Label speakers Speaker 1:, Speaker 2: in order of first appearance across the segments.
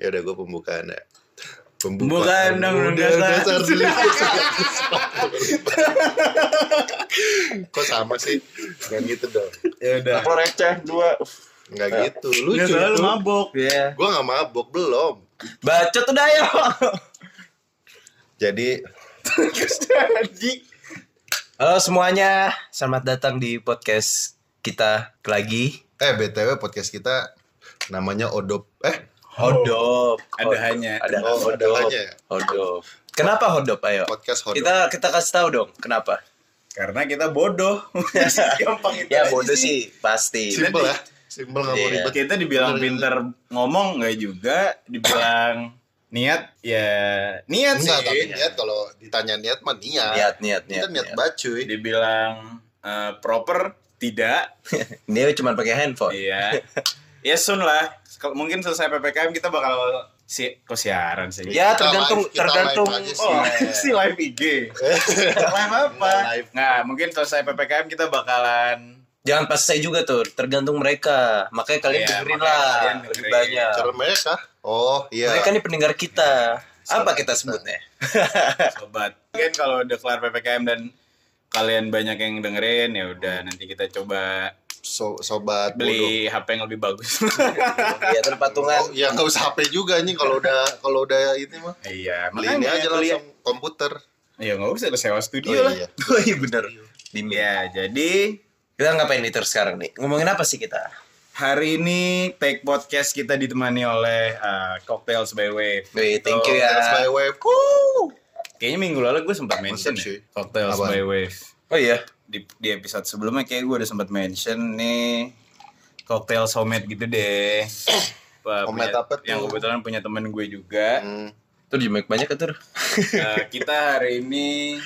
Speaker 1: ya udah gue pembukaan ya
Speaker 2: Pembukaan Undang-Undang Dasar.
Speaker 1: 1941. Kok sama sih? Gak gitu dong.
Speaker 2: ya udah
Speaker 3: Lo receh dua.
Speaker 1: Gak
Speaker 3: Ya.
Speaker 1: gitu. Lucu.
Speaker 2: nggak salah lu
Speaker 1: itu.
Speaker 2: mabok
Speaker 3: Iya.
Speaker 1: Gue gak mabok belum.
Speaker 2: baca tuh dayo
Speaker 1: Jadi
Speaker 3: Jadi
Speaker 2: halo semuanya selamat datang di podcast kita lagi
Speaker 1: eh btw podcast kita namanya Odop. Eh
Speaker 2: hodop
Speaker 3: Ada
Speaker 2: Hodop.
Speaker 3: hanya.
Speaker 2: ada
Speaker 1: Oh, ada
Speaker 2: hodop
Speaker 1: hanya ya?
Speaker 2: hodop kenapa hodop ayo
Speaker 1: podcast Odop.
Speaker 2: kita kita kasih tahu dong kenapa
Speaker 3: karena kita bodoh. Gampang itu.
Speaker 2: ya
Speaker 3: aja
Speaker 2: bodoh sih pasti
Speaker 1: Simple ya. Simple gak mau
Speaker 2: Iya.
Speaker 1: ribet.
Speaker 3: Kita dibilang pinter ngomong nggak juga, dibilang niat ya niat
Speaker 1: Enggak, tapi
Speaker 3: sih.
Speaker 1: niat kalau ditanya niat mah niat.
Speaker 2: niat niat
Speaker 1: Kita
Speaker 2: niat,
Speaker 1: niat
Speaker 2: niat.
Speaker 1: bacuy.
Speaker 3: Dibilang eh, proper tidak.
Speaker 2: dia cuma pakai handphone
Speaker 3: Iya. ya soon lah. Kalau Mungkin selesai PPKM kita bakal si kok siaran sih.
Speaker 2: ya
Speaker 1: Kita
Speaker 2: tergantung
Speaker 1: live- kita live
Speaker 2: tergantung
Speaker 1: aja Iya sih.
Speaker 3: Oh,
Speaker 1: Iya.
Speaker 3: si live IG. live apa?
Speaker 1: Live.
Speaker 3: Nah, mungkin selesai PPKM kita bakalan
Speaker 2: jangan pas saya juga tuh tergantung mereka makanya kalian
Speaker 3: Iya,
Speaker 2: dengerin
Speaker 3: makanya
Speaker 2: lah
Speaker 3: kalian
Speaker 2: lebih
Speaker 3: dengerin.
Speaker 2: banyak
Speaker 1: Cara mereka. Oh iya.
Speaker 2: mereka nih pendengar kita apa
Speaker 1: Saudara kita.
Speaker 2: kita sebutnya
Speaker 3: sobat. Mungkin kalau udah kelar PPKM dan kalian banyak yang dengerin ya udah nanti kita coba
Speaker 1: So- sobat bodoh.
Speaker 3: beli HP yang lebih bagus.
Speaker 2: ya terpatungan
Speaker 1: Oh, ya nggak usah HP juga nih kalau udah kalau udah ini mah.
Speaker 3: iya,
Speaker 1: Beli ini
Speaker 2: ya,
Speaker 1: aja langsung komputer.
Speaker 3: Ya nggak usah udah sewa studio
Speaker 1: Oh,
Speaker 3: lah.
Speaker 1: iya.
Speaker 2: oh iya bener di
Speaker 3: Ya, jadi
Speaker 2: kita ngapain nih terus sekarang nih ngomongin apa sih kita
Speaker 3: hari ini take podcast kita ditemani oleh eh, Cocktails by Wave.
Speaker 2: Wih, thank you
Speaker 1: That's my
Speaker 2: ya
Speaker 1: way.
Speaker 3: Kayaknya minggu lalu gue sempat mention
Speaker 1: Mantap sih.
Speaker 3: ya, Cocktails
Speaker 1: Apa?
Speaker 3: by Wave.
Speaker 2: oh iya
Speaker 3: Di, di episode sebelumnya kayak gue udah sempat mention nih Cocktails homemade gitu deh. Wah,
Speaker 1: Homemade
Speaker 3: punya-
Speaker 1: apa tuh?
Speaker 3: Yang kebetulan punya temen gue juga.
Speaker 1: Hmm.
Speaker 2: tuh di mic banyak ya, tuh
Speaker 3: Eh, kita hari ini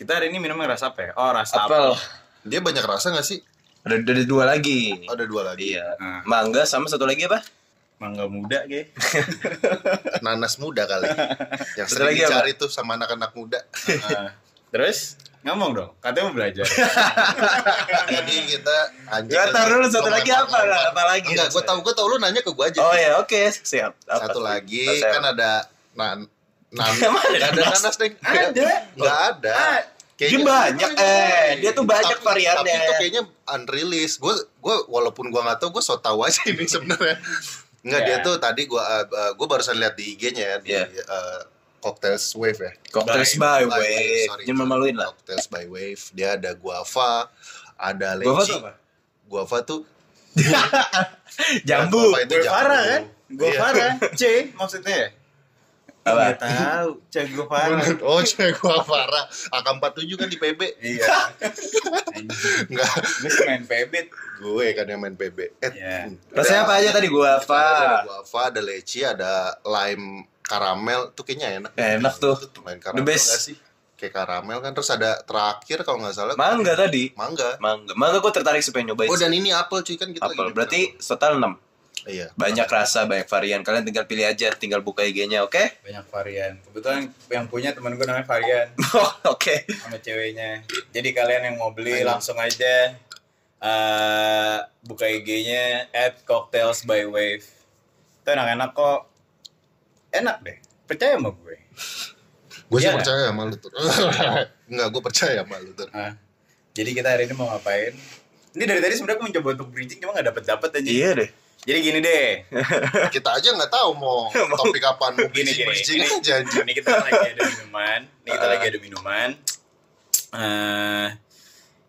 Speaker 3: kita hari ini minumnya ras apa ya? Oh, ras
Speaker 2: apel
Speaker 3: apel.
Speaker 1: Dia banyak rasa nggak sih?
Speaker 2: ada, ada dua lagi
Speaker 1: Oh, ada dua lagi.
Speaker 2: iya
Speaker 3: Ah.
Speaker 2: mangga sama satu lagi apa
Speaker 3: Mangga muda ge.
Speaker 1: Nanas muda kali. Yang
Speaker 2: Satu
Speaker 1: sering
Speaker 2: lagi apa?
Speaker 1: dicari tuh sama anak-anak muda.
Speaker 3: Eh, terus ngomong dong, katanya mau belajar.
Speaker 1: Jadi kita anjing.
Speaker 2: Gak tau dulu satu lagi apa lah, apa lagi?
Speaker 1: Enggak, gue tau, gue tau lu nanya ke gue aja.
Speaker 2: oh ya oke siap Apa
Speaker 1: Satu
Speaker 2: sih?
Speaker 1: lagi
Speaker 2: Oh, siap.
Speaker 1: kan ada nan nan
Speaker 2: Emang ada
Speaker 1: Nggak ada
Speaker 2: nanas?
Speaker 1: nanas deh.
Speaker 3: Ada.
Speaker 1: Nggak ada.
Speaker 3: Ah,
Speaker 2: dia banyak eh dia tuh banyak
Speaker 1: Tapi-
Speaker 2: variannya
Speaker 1: Tapi itu kayaknya unreleased. Gue gue walaupun gue nggak tahu gue so tahu aja ini sebenarnya. Enggak
Speaker 3: Ya.
Speaker 1: dia tuh tadi gue gue barusan lihat di IG-nya ya di
Speaker 2: Ya.
Speaker 1: eh, Cocktails Wave ya.
Speaker 2: Cocktails by
Speaker 1: By
Speaker 2: Wave.
Speaker 1: sorry.
Speaker 2: Jangan memaluin lah.
Speaker 1: Cocktails by Wave. Dia ada guava, ada leci.
Speaker 2: Guava tuh apa?
Speaker 1: Guava tuh
Speaker 2: Jambu.
Speaker 1: Guava itu
Speaker 3: Gue Farah
Speaker 1: jambu.
Speaker 3: kan? Gue
Speaker 1: Iya.
Speaker 3: Farah. C maksudnya ya?
Speaker 2: Apa?
Speaker 3: Nggak tahu. C gue Farah.
Speaker 1: Oh, cewek gua Farah. AK47 kan di PB.
Speaker 3: iya.
Speaker 1: Enggak,
Speaker 3: Gue sih main pebit.
Speaker 1: gue kan yang main PB. Eh,
Speaker 3: Iya.
Speaker 2: Rasanya apa aja tadi gua apa?
Speaker 1: Ada guava, ada leci, ada lime karamel tuh kayaknya enak.
Speaker 2: Eh, Enak tuh.
Speaker 1: Itu Lime karamel
Speaker 2: The best.
Speaker 1: nggak sih? Kayak karamel kan terus ada terakhir kalau nggak salah
Speaker 2: Mangga tadi.
Speaker 1: mangga.
Speaker 2: Mangga. Mangga gua tertarik sih pengen nyobain.
Speaker 1: Oh dan ini apel cuy kan kita
Speaker 2: Apel.
Speaker 1: lagi-
Speaker 2: Berarti total 6.
Speaker 1: iya.
Speaker 2: Banyak rasa, banyak varian. Kalian tinggal pilih aja, tinggal buka IG-nya, oke?
Speaker 3: Banyak varian. Kebetulan yang punya temen gue namanya Varian.
Speaker 2: Oh, oke.
Speaker 3: sama ceweknya. Jadi kalian yang mau beli langsung aja eh buka IG-nya at cocktails by wave. Itu enak-enak kok. Enak deh. Percaya sama gue.
Speaker 1: Gue sih
Speaker 3: Iya.
Speaker 1: percaya sama lu tuh. Enggak, gue percaya sama lu tuh.
Speaker 3: Ah. jadi kita hari ini mau ngapain? Ini dari tadi sebenarnya gue mencoba untuk bridging cuma nggak dapet dapet aja.
Speaker 2: Iya deh.
Speaker 3: Jadi gini deh.
Speaker 1: Kita aja nggak tahu mau topik kapan mau
Speaker 3: Gini, gini.
Speaker 1: bridging aja anjing. Ah.
Speaker 3: Ini kita lagi ada minuman. Ini kita lagi ada minuman. Eh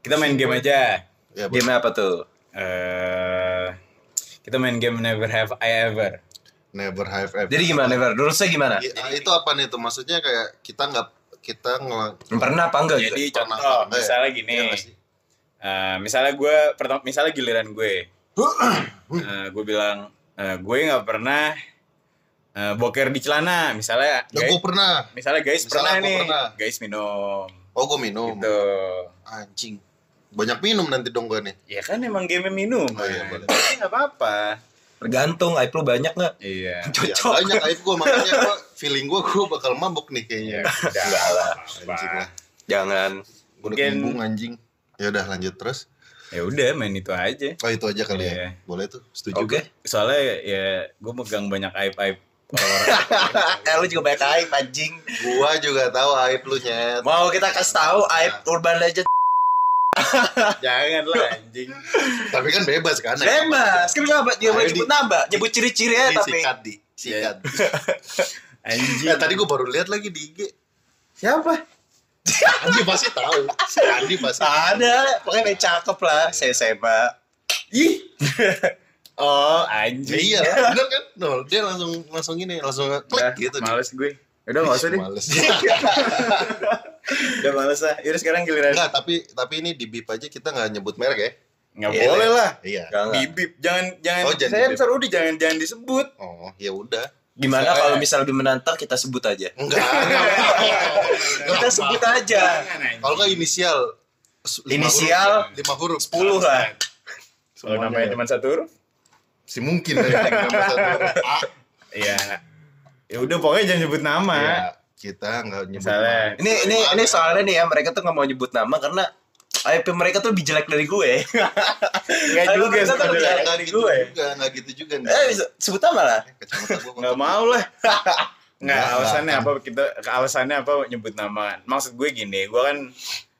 Speaker 3: kita main game aja.
Speaker 1: Ya,
Speaker 2: Game apa tuh?
Speaker 3: eh kita main game Never Have I Ever.
Speaker 1: never have ever.
Speaker 2: Jadi gimana, Never? Rules-nya gimana?
Speaker 1: Ya, itu apa nih tuh? Maksudnya kayak kita nggak kita ngelang
Speaker 2: Pernah apa enggak
Speaker 3: Jadi
Speaker 2: gitu?
Speaker 1: Pernah
Speaker 3: contoh,
Speaker 1: apa, ya?
Speaker 3: misalnya gini,
Speaker 1: Iya nggak sih?
Speaker 3: eh, misalnya gue pertama, misalnya giliran gue, Eh, gue bilang eh, gue nggak pernah eh, boker di celana, misalnya,
Speaker 1: Ya,
Speaker 3: guys,
Speaker 1: gue pernah.
Speaker 3: misalnya guys
Speaker 1: Misalnya
Speaker 3: pernah
Speaker 1: gua
Speaker 3: nih,
Speaker 1: pernah.
Speaker 3: guys minum,
Speaker 1: Oh, gue minum.
Speaker 3: gitu,
Speaker 1: Anjing. Banyak minum nanti dong gue nih.
Speaker 3: ya kan emang game minum,
Speaker 1: Oh, iya,
Speaker 3: kan?
Speaker 1: boleh.
Speaker 3: Tapi nggak apa-apa,
Speaker 2: Tergantung, aib lu banyak nggak?
Speaker 3: iya,
Speaker 2: Cocok.
Speaker 1: Ya, banyak aib gue makanya gue feeling gue gue bakal mabuk nih kayaknya.
Speaker 3: udah lah,
Speaker 1: Iya. Anjing lah.
Speaker 2: Jangan.
Speaker 1: Gue udah
Speaker 3: Mungkin-
Speaker 1: kembung anjing. Ya udah lanjut terus.
Speaker 3: ya udah main itu aja,
Speaker 1: Oh itu aja kali
Speaker 3: Iya.
Speaker 1: ya. Boleh tuh. Setuju
Speaker 2: Oke.
Speaker 1: gue.
Speaker 3: soalnya ya gue megang banyak aib aib
Speaker 2: eh lu juga banyak aib anjing
Speaker 1: Gua juga tahu aib lu nyet.
Speaker 2: mau kita kasih tahu aib urban legend
Speaker 3: Jangan lah anjing.
Speaker 1: Tapi kan bebas kan.
Speaker 2: bebas kan nggak dia boleh
Speaker 1: Ayo,
Speaker 2: nyebut nama nyebut ciri-ciri ya
Speaker 1: Ini
Speaker 2: tapi
Speaker 1: sikat di. Sikat.
Speaker 3: Anjing.
Speaker 1: Ya,
Speaker 3: Iya.
Speaker 1: tadi gua baru lihat lagi di IG.
Speaker 2: siapa
Speaker 1: Si Andi pasti tahu. Si Andi pasti.
Speaker 2: ada pokoknya yang cakep lah saya seba ih
Speaker 3: Oh,
Speaker 1: Ya,
Speaker 3: anjing.
Speaker 1: iya, bener kan? No, dia langsung langsung ini, langsung
Speaker 3: Udah,
Speaker 1: klik gitu. dia.
Speaker 3: Males gue. Udah enggak usah deh.
Speaker 1: Males. Iya,
Speaker 3: Udah males lah. Yaudah sekarang giliran.
Speaker 1: Enggak, tapi tapi ini di bip aja kita nggak nyebut merek ya.
Speaker 3: Enggak
Speaker 2: Iya,
Speaker 3: boleh lah.
Speaker 1: Iya.
Speaker 2: Gak,
Speaker 3: Bibip jangan jangan
Speaker 1: Oh, jangan
Speaker 3: saya
Speaker 1: bibip.
Speaker 3: besar Udi jangan jangan disebut.
Speaker 1: Oh, ya udah.
Speaker 2: Gimana
Speaker 3: Saya-
Speaker 2: kalau misal lebih menantang kita sebut aja?
Speaker 1: Enggak. enggak, enggak.
Speaker 2: Kita sebut aja.
Speaker 3: Jangan anjing.
Speaker 1: Kalau nggak inisial s- lima
Speaker 2: Inisial?
Speaker 1: huruf, lima huruf.
Speaker 2: 10 lah.
Speaker 3: Kalau namanya cuma satu huruf.
Speaker 1: si mungkin ya. Nama satu. Ah, A.
Speaker 3: Iya. Ya udah pokoknya jangan nyebut nama.
Speaker 1: Ya, kita nggak nyebut.
Speaker 3: Misalnya.
Speaker 2: Iya. Ini ini ini soalnya nih ya mereka tuh nggak mau nyebut nama karena IP mereka tuh lebih jelek dari gue.
Speaker 3: Enggak
Speaker 2: Ayo, kita
Speaker 3: juga
Speaker 1: Nggak,
Speaker 3: sebenarnya.
Speaker 2: kerja.
Speaker 1: nggak
Speaker 2: Dari
Speaker 1: gitu
Speaker 2: gue.
Speaker 1: juga, nggak gitu juga. nggak.
Speaker 2: ya? eh sebut nama lah.
Speaker 1: Kacamata gua kotor.
Speaker 3: Enggak mau lah. Enggak,
Speaker 1: Nggak,
Speaker 3: alasannya
Speaker 1: nggak.
Speaker 3: apa kita alasannya apa nyebut nama? Maksud gue gini, gue kan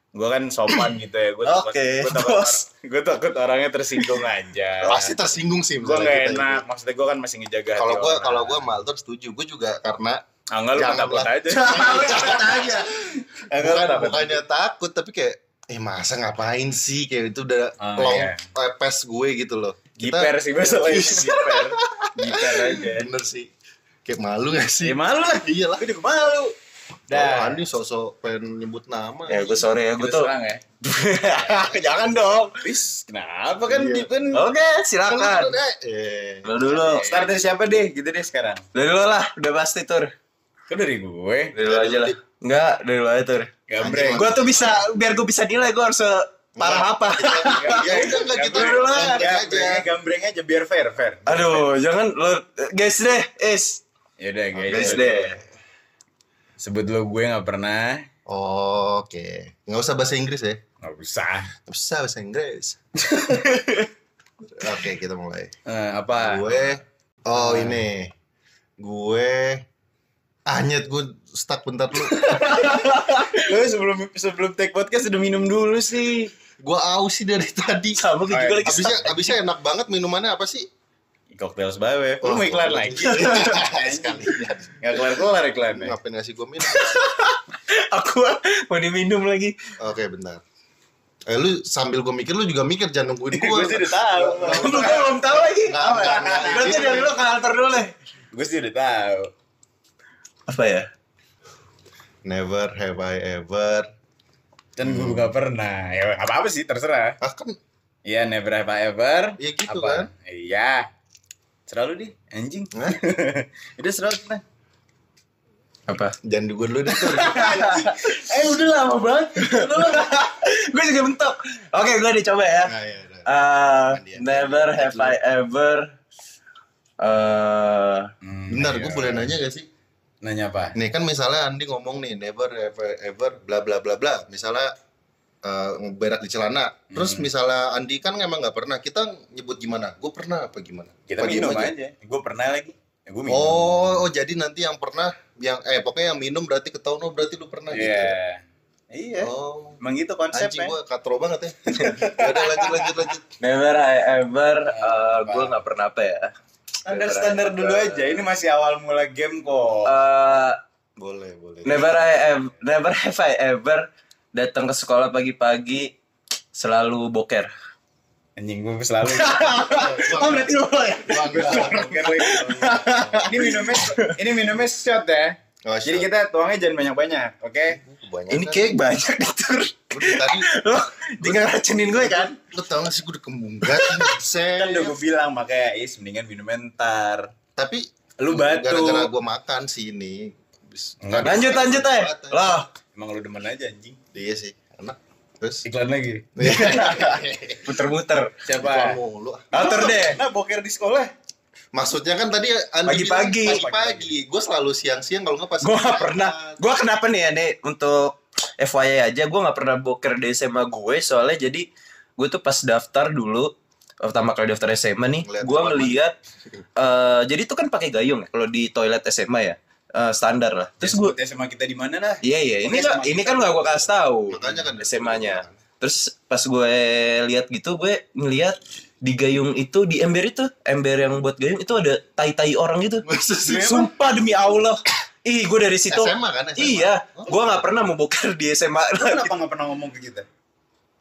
Speaker 3: gue kan sopan gitu ya. Gue takut,
Speaker 2: Oke,
Speaker 3: gue takut,
Speaker 2: bos.
Speaker 3: gue takut orangnya tersinggung aja.
Speaker 1: Pasti tersinggung sih.
Speaker 3: gue
Speaker 1: misalnya
Speaker 3: gak
Speaker 1: kita
Speaker 3: enak
Speaker 1: ini.
Speaker 3: maksudnya gue kan masih ngejaga hati
Speaker 1: Kalau gue
Speaker 3: orang.
Speaker 1: kalau gue Maltor setuju. Gue juga karena
Speaker 3: ah, enggak lu
Speaker 1: Jangan
Speaker 3: kan takut
Speaker 1: lah.
Speaker 3: aja
Speaker 2: aja.
Speaker 3: Enggak, lu
Speaker 1: bukan
Speaker 3: takut.
Speaker 1: kan bukannya takut tapi kayak eh masa ngapain sih kayak itu udah
Speaker 3: Ah,
Speaker 1: long
Speaker 3: iya.
Speaker 1: pepes gue gitu loh. Kita-
Speaker 3: giper sih masalah itu giper giper aja
Speaker 1: Bener sih. Kayak malu gak sih?
Speaker 3: ya malu lah
Speaker 1: Iyalah.
Speaker 3: gue juga malu
Speaker 1: Kalau
Speaker 3: dah
Speaker 1: Andi sosok pengen nyebut nama.
Speaker 2: Ya gue sorry ya gue
Speaker 3: gue
Speaker 2: tuh.
Speaker 3: serang ya
Speaker 2: Jangan dong.
Speaker 3: Wis, kenapa kan
Speaker 1: Iya.
Speaker 3: di kan
Speaker 2: Oke
Speaker 1: Kan
Speaker 2: silakan.
Speaker 1: bener, eh.
Speaker 2: Lo dulu.
Speaker 3: start dari siapa deh gitu deh sekarang
Speaker 2: Dari lo lah udah pasti tur.
Speaker 3: kan dari gue
Speaker 2: Dari lo aja lah. Enggak dari lo aja tur.
Speaker 3: gambreng
Speaker 2: Gue tuh bisa biar gue bisa nilai gue harus parah apa.
Speaker 1: Ya udah nggak gitu.
Speaker 3: Gambreng
Speaker 2: lah.
Speaker 1: Santai aja.
Speaker 3: gambreng gambreng aja biar fair fair
Speaker 2: Aduh jangan lo guys deh is.
Speaker 3: Yaudah Ya guys,
Speaker 2: Guys deh.
Speaker 3: Sebut lo gue gak pernah
Speaker 1: Oke, nggak usah bahasa Inggris ya.
Speaker 3: Gak usah
Speaker 1: Nggak usah bahasa Inggris. Oke, kita mulai.
Speaker 3: Eh, Apa?
Speaker 1: Gue, oh ini, gue, ah nyet gue stuck bentar dulu.
Speaker 3: Lo sebelum sebelum take podcast udah minum dulu sih.
Speaker 1: gue aus sih dari tadi.
Speaker 2: Sama gue juga
Speaker 3: Ayo,
Speaker 2: lagi
Speaker 1: Abisnya, abisnya enak banget minumannya apa sih?
Speaker 3: Cocktail sebawe. Lo mau iklan lagi?
Speaker 1: Sekalian.
Speaker 3: Gak kelar-kelar iklannya.
Speaker 1: Ngapain ngasih gue minum?
Speaker 2: aku mau diminum lagi
Speaker 1: Oke, bentar. Eh, lu sambil gue mikir, lu juga mikir, jangan nungguin gue.
Speaker 3: Gue sih udah tahu.
Speaker 2: gue belum tahu lagi
Speaker 1: Nggak, nggak, nggak.
Speaker 2: berarti dari lo ke altar dulu eh. deh
Speaker 3: Gue sih udah tahu.
Speaker 2: apa ya
Speaker 1: Never have I ever.
Speaker 3: Dan gue gak pernah. Ya apa-apa sih terserah.
Speaker 1: Ah kan,
Speaker 3: Iya never have I ever.
Speaker 1: ya gitu kan.
Speaker 3: Apa? Iya. Selalu deh, anjing.
Speaker 1: Hah?
Speaker 3: udah selalu kita.
Speaker 2: apa
Speaker 1: Jangan di gue dulu deh. Tur.
Speaker 3: Eh udah lama banget.
Speaker 2: gue juga mentok oke gue dicoba ya
Speaker 1: Nah, ya, udah.
Speaker 2: Eh, never have I ever eh
Speaker 1: Bentar, gue boleh nanya gak sih?
Speaker 3: Hmm, iya. Nanya apa?
Speaker 1: Nih kan misalnya Andi ngomong nih, never ever ever bla bla bla bla. Misalnya eh, berak di celana. Terus
Speaker 3: Hmm.
Speaker 1: misalnya Andi kan emang nggak pernah. Kita nyebut gimana? Gue pernah apa gimana?
Speaker 3: Kita
Speaker 1: Apa
Speaker 3: minum
Speaker 1: gimana?
Speaker 3: aja. Gue pernah lagi. Ya, Gue minum.
Speaker 1: Oh, oh jadi nanti yang pernah yang eh pokoknya yang minum berarti ketahuan oh berarti lu pernah gitu.
Speaker 3: Iya. Iya.
Speaker 1: Oh.
Speaker 3: Emang
Speaker 2: eh?
Speaker 3: gitu
Speaker 1: Anjing
Speaker 3: konsepnya.
Speaker 1: gua katro banget ya. ya udah lanjut lanjut lanjut.
Speaker 2: never I ever eh gue nggak pernah apa ya
Speaker 3: Standar standar dulu aja. Ini masih awal mula game kok.
Speaker 2: Eh
Speaker 1: Boleh, boleh.
Speaker 3: Nah,
Speaker 2: never I ever never have I ever datang ke sekolah pagi-pagi selalu boker
Speaker 3: Anjing gue selalu
Speaker 2: oh berarti lo ya
Speaker 3: gue selalu boker lagi. Ini minumnya ini minumnya shot ya.
Speaker 1: Oh,
Speaker 3: Jadi
Speaker 1: shot.
Speaker 3: kita tuangnya jangan banyak-banyak, oke?
Speaker 1: Kebanyakan.
Speaker 2: ini kayak banyak nih tur
Speaker 1: Gua dari tadi
Speaker 2: lo jangan racunin gue kan
Speaker 1: lu tau gak sih gue udah kembunggat
Speaker 3: Kan
Speaker 1: buset.
Speaker 3: udah gue bilang makanya is mendingan minum entar.
Speaker 1: tapi
Speaker 3: Lu batu.
Speaker 1: gara-gara gue makan sih ini Abis-
Speaker 3: Enggak,
Speaker 2: lanjut lanjut eh loh
Speaker 3: Emang lu demen aja anjing.
Speaker 1: iya sih enak terus
Speaker 3: Iklan lagi.
Speaker 2: Iya. muter-muter
Speaker 1: Iklan
Speaker 3: Siapa?
Speaker 1: mulu.
Speaker 2: atur deh
Speaker 3: Nah, boker di sekolah.
Speaker 1: maksudnya kan tadi Andi
Speaker 2: Pagi-pagi.
Speaker 1: bilang pagi-pagi gue selalu siang-siang kalau nggak pas
Speaker 2: gue gak pernah gue kenapa nih ya nih untuk FYI aja gue gak pernah boker di SMA gue soalnya jadi gue tuh pas daftar dulu pertama kali daftar SMA nih,
Speaker 1: Ngeliat
Speaker 2: gua
Speaker 1: teman.
Speaker 2: ngeliat eh jadi itu kan pakai gayung ya kalau di toilet SMA ya. Eh, standar lah. Terus gua
Speaker 3: Ya, Sebut SMA kita di mana lah?
Speaker 2: Iya iya, ini
Speaker 3: Oke,
Speaker 2: nggak-
Speaker 3: sama
Speaker 2: ini
Speaker 3: kita.
Speaker 2: kan gak gue kasih tahu
Speaker 1: Makanya kan
Speaker 2: SMA-nya. Terus pas gue lihat gitu, gue ngeliat di gayung itu di ember itu, ember yang buat gayung itu ada tai-tai orang gitu.
Speaker 1: Masa sih?
Speaker 2: Sumpah demi Allah. Ih, gue dari situ.
Speaker 1: SMA kan, SMA.
Speaker 2: Iya,
Speaker 1: Oh.
Speaker 2: gue nggak pernah mau boker di SMA.
Speaker 3: Lu kenapa nggak pernah ngomong ke kita?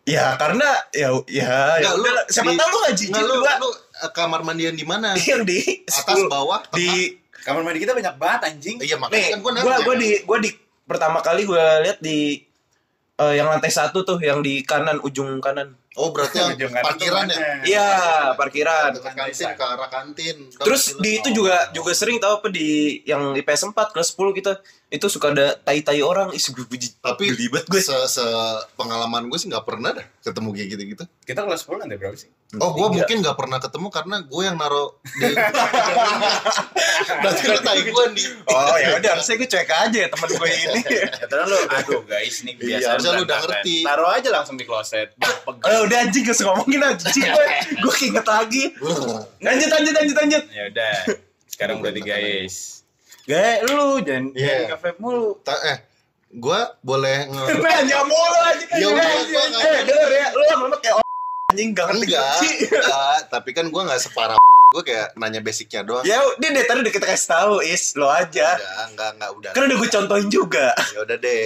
Speaker 2: ya karena ya ya, ya
Speaker 1: Nggak, lu
Speaker 2: udah lah. siapa
Speaker 1: di-
Speaker 2: tahu lu ngaji
Speaker 1: Nggak, lu,
Speaker 2: juga
Speaker 1: lu eh, kamar mandian di mana?
Speaker 2: yang di
Speaker 1: Atas,
Speaker 2: sepuluh-
Speaker 1: bawah, tengah.
Speaker 2: di
Speaker 3: Kamar mandi kita banyak banget anjing.
Speaker 1: Iya makanya
Speaker 2: Nih,
Speaker 1: kan
Speaker 2: gua
Speaker 1: gue nanya.
Speaker 2: gua di gua di pertama kali gua lihat di eh, yang lantai satu tuh yang di kanan ujung kanan.
Speaker 1: Oh berarti yang
Speaker 3: Jangan
Speaker 1: parkiran ya?
Speaker 3: temennya.
Speaker 2: Iya, parkiran.
Speaker 1: Dekat kantin, ke arah kantin.
Speaker 2: Terus di itu juga juga sering tau apa di yang IPS 4 kelas 10 kita itu suka ada tai-tai orang isi gue biji.
Speaker 1: tapi
Speaker 2: geli banget gue.
Speaker 1: se, se pengalaman gue sih nggak pernah dah ketemu kayak gitu gitu.
Speaker 3: Kita kelas 10 nanti berapa sih?
Speaker 1: Oh gue
Speaker 2: Tiga.
Speaker 1: mungkin nggak pernah ketemu karena gue yang naro di. Berarti lu tai gue nih.
Speaker 2: Oh ya udah harusnya gue cuek aja ya teman gue ini.
Speaker 3: Kata lu, Iya. aduh guys, nih
Speaker 1: Iya,
Speaker 3: biasa
Speaker 1: harusnya lu udah
Speaker 3: berantakan.
Speaker 1: ngerti.
Speaker 3: kan. Taruh aja langsung di kloset. Bah, pegel.
Speaker 2: Oh, udah anjing gak usah ngomongin anjing gue. Gue keinget lagi. Lanjut lanjut lanjut lanjut.
Speaker 3: Ya udah. Sekarang berarti guys. Gak lu jangan
Speaker 1: Iya.
Speaker 3: jangan kafe mulu.
Speaker 1: Ta- eh gue boleh nge
Speaker 2: Nanya mulu aja kan.
Speaker 1: Ya udah, gua nggak-
Speaker 2: Eh, denger ya. Lu lama-lama kayak orang anjing gak ngerti
Speaker 1: enggak,
Speaker 2: kunci.
Speaker 1: enggak, tapi kan gue nggak separah gue kayak nanya basicnya doang.
Speaker 2: Ya, dia dari tadi udah kita kasih tahu, Is. Lo aja.
Speaker 1: Enggak, enggak, enggak udah.
Speaker 2: Kan udah gue contohin juga.
Speaker 1: Ya udah deh.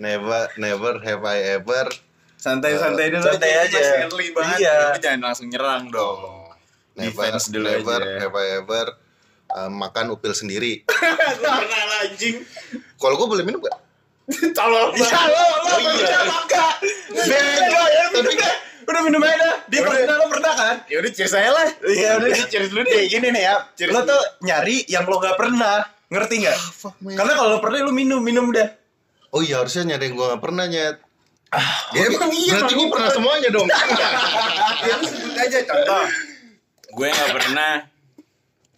Speaker 1: Never, never have I ever.
Speaker 3: Santai-santai dulu.
Speaker 2: Santai
Speaker 3: Ini
Speaker 2: aja.
Speaker 3: Masih early banget.
Speaker 2: Iya.
Speaker 3: Lu jangan langsung nyerang dong.
Speaker 1: Never,
Speaker 3: Defense dulu
Speaker 1: never
Speaker 3: aja. ya.
Speaker 1: have I ever uh, makan upil sendiri.
Speaker 3: Pernah lah, anjing.
Speaker 1: Kalau gue boleh minum gak?
Speaker 3: Tolong
Speaker 2: Ya lo, lo pernah enggak? Bego ya, minum deh. Udah minum aja dah. Dia
Speaker 3: Udah.
Speaker 2: pernah, lo pernah kan?
Speaker 3: Ya udah cheers saya lah.
Speaker 2: Iya, udah.
Speaker 3: cheers dulu
Speaker 2: Nih, gini nih ya.
Speaker 3: Cheers.
Speaker 2: Lo tuh nyari yang lo gak pernah. Ngerti gak? Karena kalau lo pernah, lo minum, minum deh.
Speaker 1: Oh iya harusnya nyari yang gue gak pernah nyet.
Speaker 3: Ya
Speaker 1: Ya,
Speaker 3: emang iya,
Speaker 1: berarti
Speaker 3: Bang.
Speaker 1: gue pernah semuanya dong.
Speaker 3: Ya lu sebut aja contoh. gue nggak pernah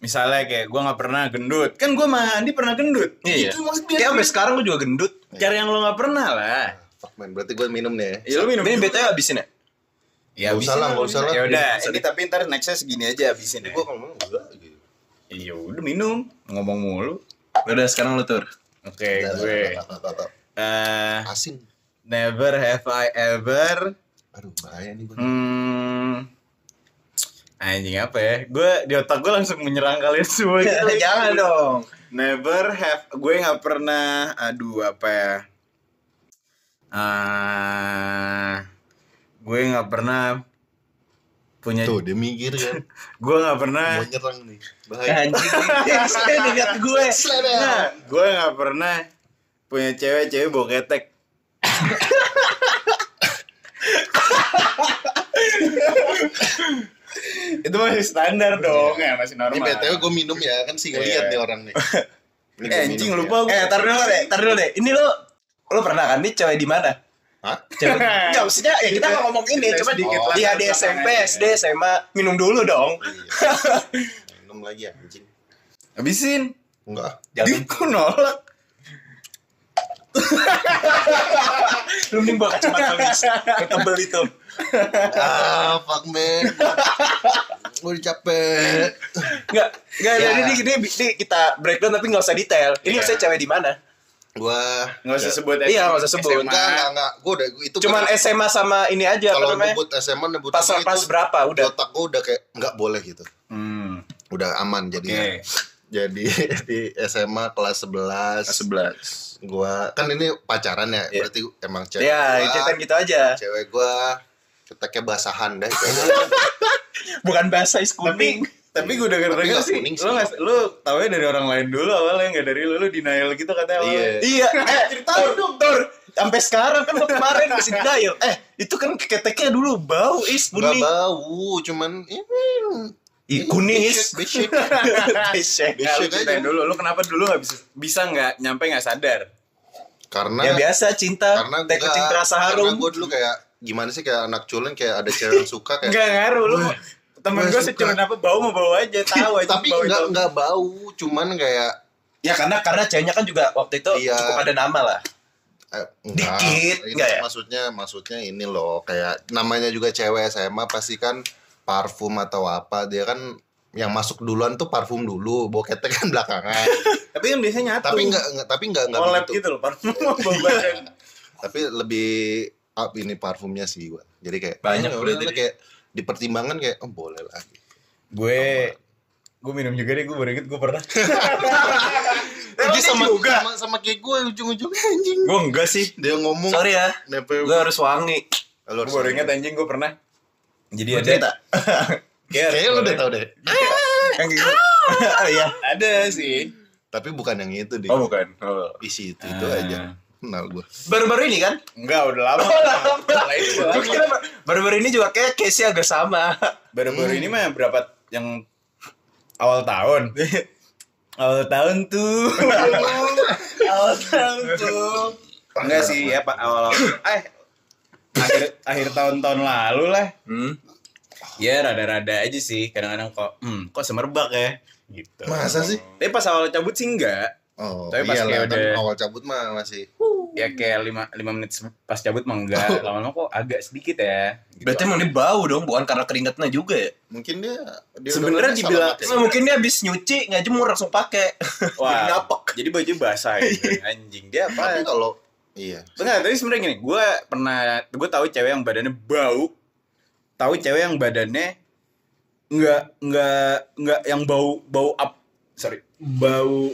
Speaker 3: misalnya kayak gue nggak pernah gendut. Kan gue sama Andi pernah gendut.
Speaker 2: Iya.
Speaker 3: Itu maksud
Speaker 2: Kayak
Speaker 3: biasa.
Speaker 2: sampai sekarang gue juga gendut.
Speaker 3: Cara yang lo nggak pernah lah.
Speaker 1: Fuck man, berarti gue minum nih.
Speaker 3: Ya lu minum.
Speaker 2: Ini BTW abisin ya?
Speaker 3: Ya
Speaker 1: Nggak usah lah, nggak usah lah.
Speaker 3: Ya udah,
Speaker 1: Nggak usah
Speaker 3: ini tapi ntar nextnya segini aja habisin
Speaker 1: Gue
Speaker 3: ya.
Speaker 1: Iya, kalau mau enggak gitu.
Speaker 3: Iya udah minum, ngomong mulu.
Speaker 2: Udah, sekarang lo tur.
Speaker 3: Oke,
Speaker 1: Enggak,
Speaker 3: gue.
Speaker 1: enggak, enggak, enggak, enggak.
Speaker 3: Eh,
Speaker 1: Asin.
Speaker 3: never have I ever
Speaker 1: Aduh bahaya nih gue.
Speaker 3: Hmm. Anjing apa ya? Gue di otak gue langsung menyerang kalian semua. gitu.
Speaker 2: Jangan dong.
Speaker 3: Never have gue nggak pernah. Aduh apa ya? Ah, gue nggak pernah
Speaker 2: Hmm.
Speaker 3: punya.
Speaker 1: Tuh dia mikir kan.
Speaker 3: Gue nggak pernah.
Speaker 1: Mau nyerang nih. Bahaya.
Speaker 2: Anjing. Saya dekat gue.
Speaker 3: Nah, gue nggak pernah punya cewek-cewek boketek. itu masih standar dong ya masih normal
Speaker 1: Ini BTW gue minum ya, kan sih ngeliat
Speaker 3: Iya.
Speaker 1: nih orang nih. Ini gua
Speaker 3: Eh,
Speaker 1: minum
Speaker 3: anjing
Speaker 1: ya.
Speaker 3: lupa gue.
Speaker 2: Eh, tar dulu deh, tar dulu deh. Ini lo lo pernah kan nih cewek di mana?
Speaker 1: Hah?
Speaker 2: Cewek. Enggak, maksudnya ya kita nggak ngomong ini,
Speaker 3: Kita
Speaker 2: cuma
Speaker 3: sedikit
Speaker 2: oh,
Speaker 3: lah,
Speaker 2: dia di
Speaker 3: belakang
Speaker 2: SMP,
Speaker 3: aja.
Speaker 2: SD, SMA minum dulu dong.
Speaker 1: Iya. minum lagi ya, anjing.
Speaker 3: Habisin.
Speaker 1: Enggak.
Speaker 2: Jangan
Speaker 3: Dia kok nolak.
Speaker 2: lu mending bawa kacamata bis. Ketebel itu.
Speaker 1: Ah, fuck man. Gue capek.
Speaker 2: Enggak, enggak
Speaker 1: Ya.
Speaker 2: jadi ini, ini, ini kita breakdown tapi nggak usah detail. Ini
Speaker 3: Iya.
Speaker 2: maksudnya cewek di mana?
Speaker 1: Gua
Speaker 3: Nggak usah sebut
Speaker 2: Iya, nggak usah sebut.
Speaker 1: enggak enggak enggak. Gua udah itu gua-
Speaker 2: Cuman SMA sama ini aja
Speaker 1: kalau
Speaker 2: apa namanya?
Speaker 1: nyebut SMA nyebut
Speaker 2: Pas
Speaker 1: itu,
Speaker 2: pas berapa
Speaker 1: di
Speaker 2: udah.
Speaker 1: Otak gua udah kayak enggak boleh gitu.
Speaker 3: Hmm.
Speaker 1: Udah aman
Speaker 3: Oke.
Speaker 1: jadinya. Jadi di SMA kelas 11
Speaker 2: 11.
Speaker 1: gua kan ini pacaran ya,
Speaker 2: Iya.
Speaker 1: berarti emang cewek.
Speaker 2: Ya,
Speaker 1: gua-
Speaker 2: cetan gitu aja.
Speaker 1: cewek gua ceteknya basahan dah.
Speaker 2: Bukan bahasa is
Speaker 3: Tapi
Speaker 2: kuning.
Speaker 3: tapi gue denger
Speaker 1: Tapi
Speaker 3: denger
Speaker 1: nggak
Speaker 3: sih,
Speaker 1: kuning sih.
Speaker 3: lu nggak lu taunya dari orang lain dulu awalnya nggak dari lu, lu denial gitu katanya awalnya.
Speaker 1: Iya.
Speaker 2: Iya, eh,
Speaker 3: Ceritain
Speaker 2: Tur, Tur, sampai sekarang kan lo kemarin masih denial. Eh, itu kan keteknya dulu bau is
Speaker 1: Enggak
Speaker 2: kuning.
Speaker 1: bau, cuman ini
Speaker 2: Ih, kuning
Speaker 1: Iya,
Speaker 2: is.
Speaker 1: basic.
Speaker 2: Besek.
Speaker 3: Nah, lu
Speaker 1: Besok aja.
Speaker 3: ceritain dulu, lu kenapa dulu nggak bisa bisa nggak nyampe nggak sadar?
Speaker 1: Karena
Speaker 2: Ya biasa cinta,
Speaker 1: karena
Speaker 2: teh kucing terasa harum.
Speaker 1: gue dulu kayak gimana sih kayak anak culun kayak ada cewek yang suka kayak
Speaker 3: Nggak ngaruh lu. Temen
Speaker 1: gua
Speaker 3: gue
Speaker 1: suka.
Speaker 3: secuman apa bau mau bau aja tahu aja.
Speaker 1: tapi
Speaker 3: bau
Speaker 1: enggak
Speaker 3: itu.
Speaker 1: enggak bau cuman kayak
Speaker 2: Ya karena karena ceweknya kan juga waktu itu
Speaker 1: Iya.
Speaker 2: cukup ada nama lah.
Speaker 1: eh, enggak
Speaker 2: Dikit,
Speaker 1: Itu
Speaker 2: enggak ya?
Speaker 1: maksudnya maksudnya ini loh kayak namanya juga cewek SMA pasti kan parfum atau apa dia kan yang masuk duluan tuh parfum dulu boketnya kan belakangan
Speaker 3: Tapi kan biasanya nyatu.
Speaker 1: tapi nggak nggak- tapi nggak nggak
Speaker 3: collab
Speaker 1: begitu.
Speaker 3: gitu loh, parfum bau badan.
Speaker 1: tapi lebih up ini parfumnya sih gua jadi kayak
Speaker 2: Banyak
Speaker 1: ya,
Speaker 2: berarti
Speaker 1: udah,
Speaker 2: dia. Eh,
Speaker 1: kayak dipertimbangkan kayak oh boleh lah
Speaker 3: gue gue minum juga deh, gue baru inget gue pernah.
Speaker 1: Dia sama, sama sama kayak gue ujung-ujungnya anjing
Speaker 3: Gue enggak sih.
Speaker 1: dia ngomong
Speaker 2: Sorry ya,
Speaker 1: nepe
Speaker 2: gue harus wangi.
Speaker 1: Lu
Speaker 3: Gue
Speaker 1: harus-
Speaker 3: baru inget anjing gue pernah. Jadi
Speaker 2: Mau
Speaker 3: ada
Speaker 2: cerita?
Speaker 3: Iya,
Speaker 2: ya.
Speaker 1: kayaknya lu udah
Speaker 3: sebenarnya.
Speaker 1: tau deh
Speaker 2: Yang gitu.
Speaker 3: Ah!
Speaker 2: Oh iya.
Speaker 3: Ada sih.
Speaker 1: tapi bukan yang itu deh
Speaker 2: Oh bukan. Oh.
Speaker 1: isi itu itu
Speaker 3: Ah.
Speaker 1: aja kenal gue
Speaker 2: Baru-baru ini kan?
Speaker 3: Enggak, udah lama. Setelah itu udah
Speaker 2: Gue
Speaker 3: lama.
Speaker 2: kira baru-baru ini juga kayak case-nya agak sama.
Speaker 1: Iya.
Speaker 3: Baru-baru
Speaker 2: Hmm.
Speaker 3: ini mah berapa yang awal tahun. awal tahun tuh. awal tahun tuh. Enggak sih ya Pak awal eh akhir akhir tahun-tahun lalu lah.
Speaker 2: Hmm.
Speaker 3: Ya rada-rada aja sih. Kadang-kadang kok hmm, kok semerbak ya gitu.
Speaker 1: masa sih
Speaker 3: Tapi pas awal cabut sih enggak.
Speaker 1: oh
Speaker 3: Tapi pas
Speaker 1: iyalah,
Speaker 3: kayak
Speaker 1: kan
Speaker 3: udah-
Speaker 1: awal cabut mah masih
Speaker 3: Ya kayak lima lima menit se- pas cabut mah enggak. Lama-lama kok agak sedikit ya. Gitu.
Speaker 2: Oh. Berarti emang dia bau dong, bukan karena keringatnya juga ya?
Speaker 1: mungkin dia, dia
Speaker 3: Sebenarnya
Speaker 1: udah-
Speaker 3: dibilang-
Speaker 1: salah
Speaker 2: Nah, mungkin dia habis nyuci, nggak jemur langsung pakai.
Speaker 1: Iya,
Speaker 3: Wah,
Speaker 2: Napek.
Speaker 3: Jadi baju basah ya, anjing dia
Speaker 1: mati. tapi
Speaker 3: apa?
Speaker 1: kalau iya
Speaker 3: Enggak, tapi sebenarnya gini, gue pernah gue tahu cewek yang badannya bau, tahu cewek yang badannya nggak nggak nggak yang bau bau up, sorry, bau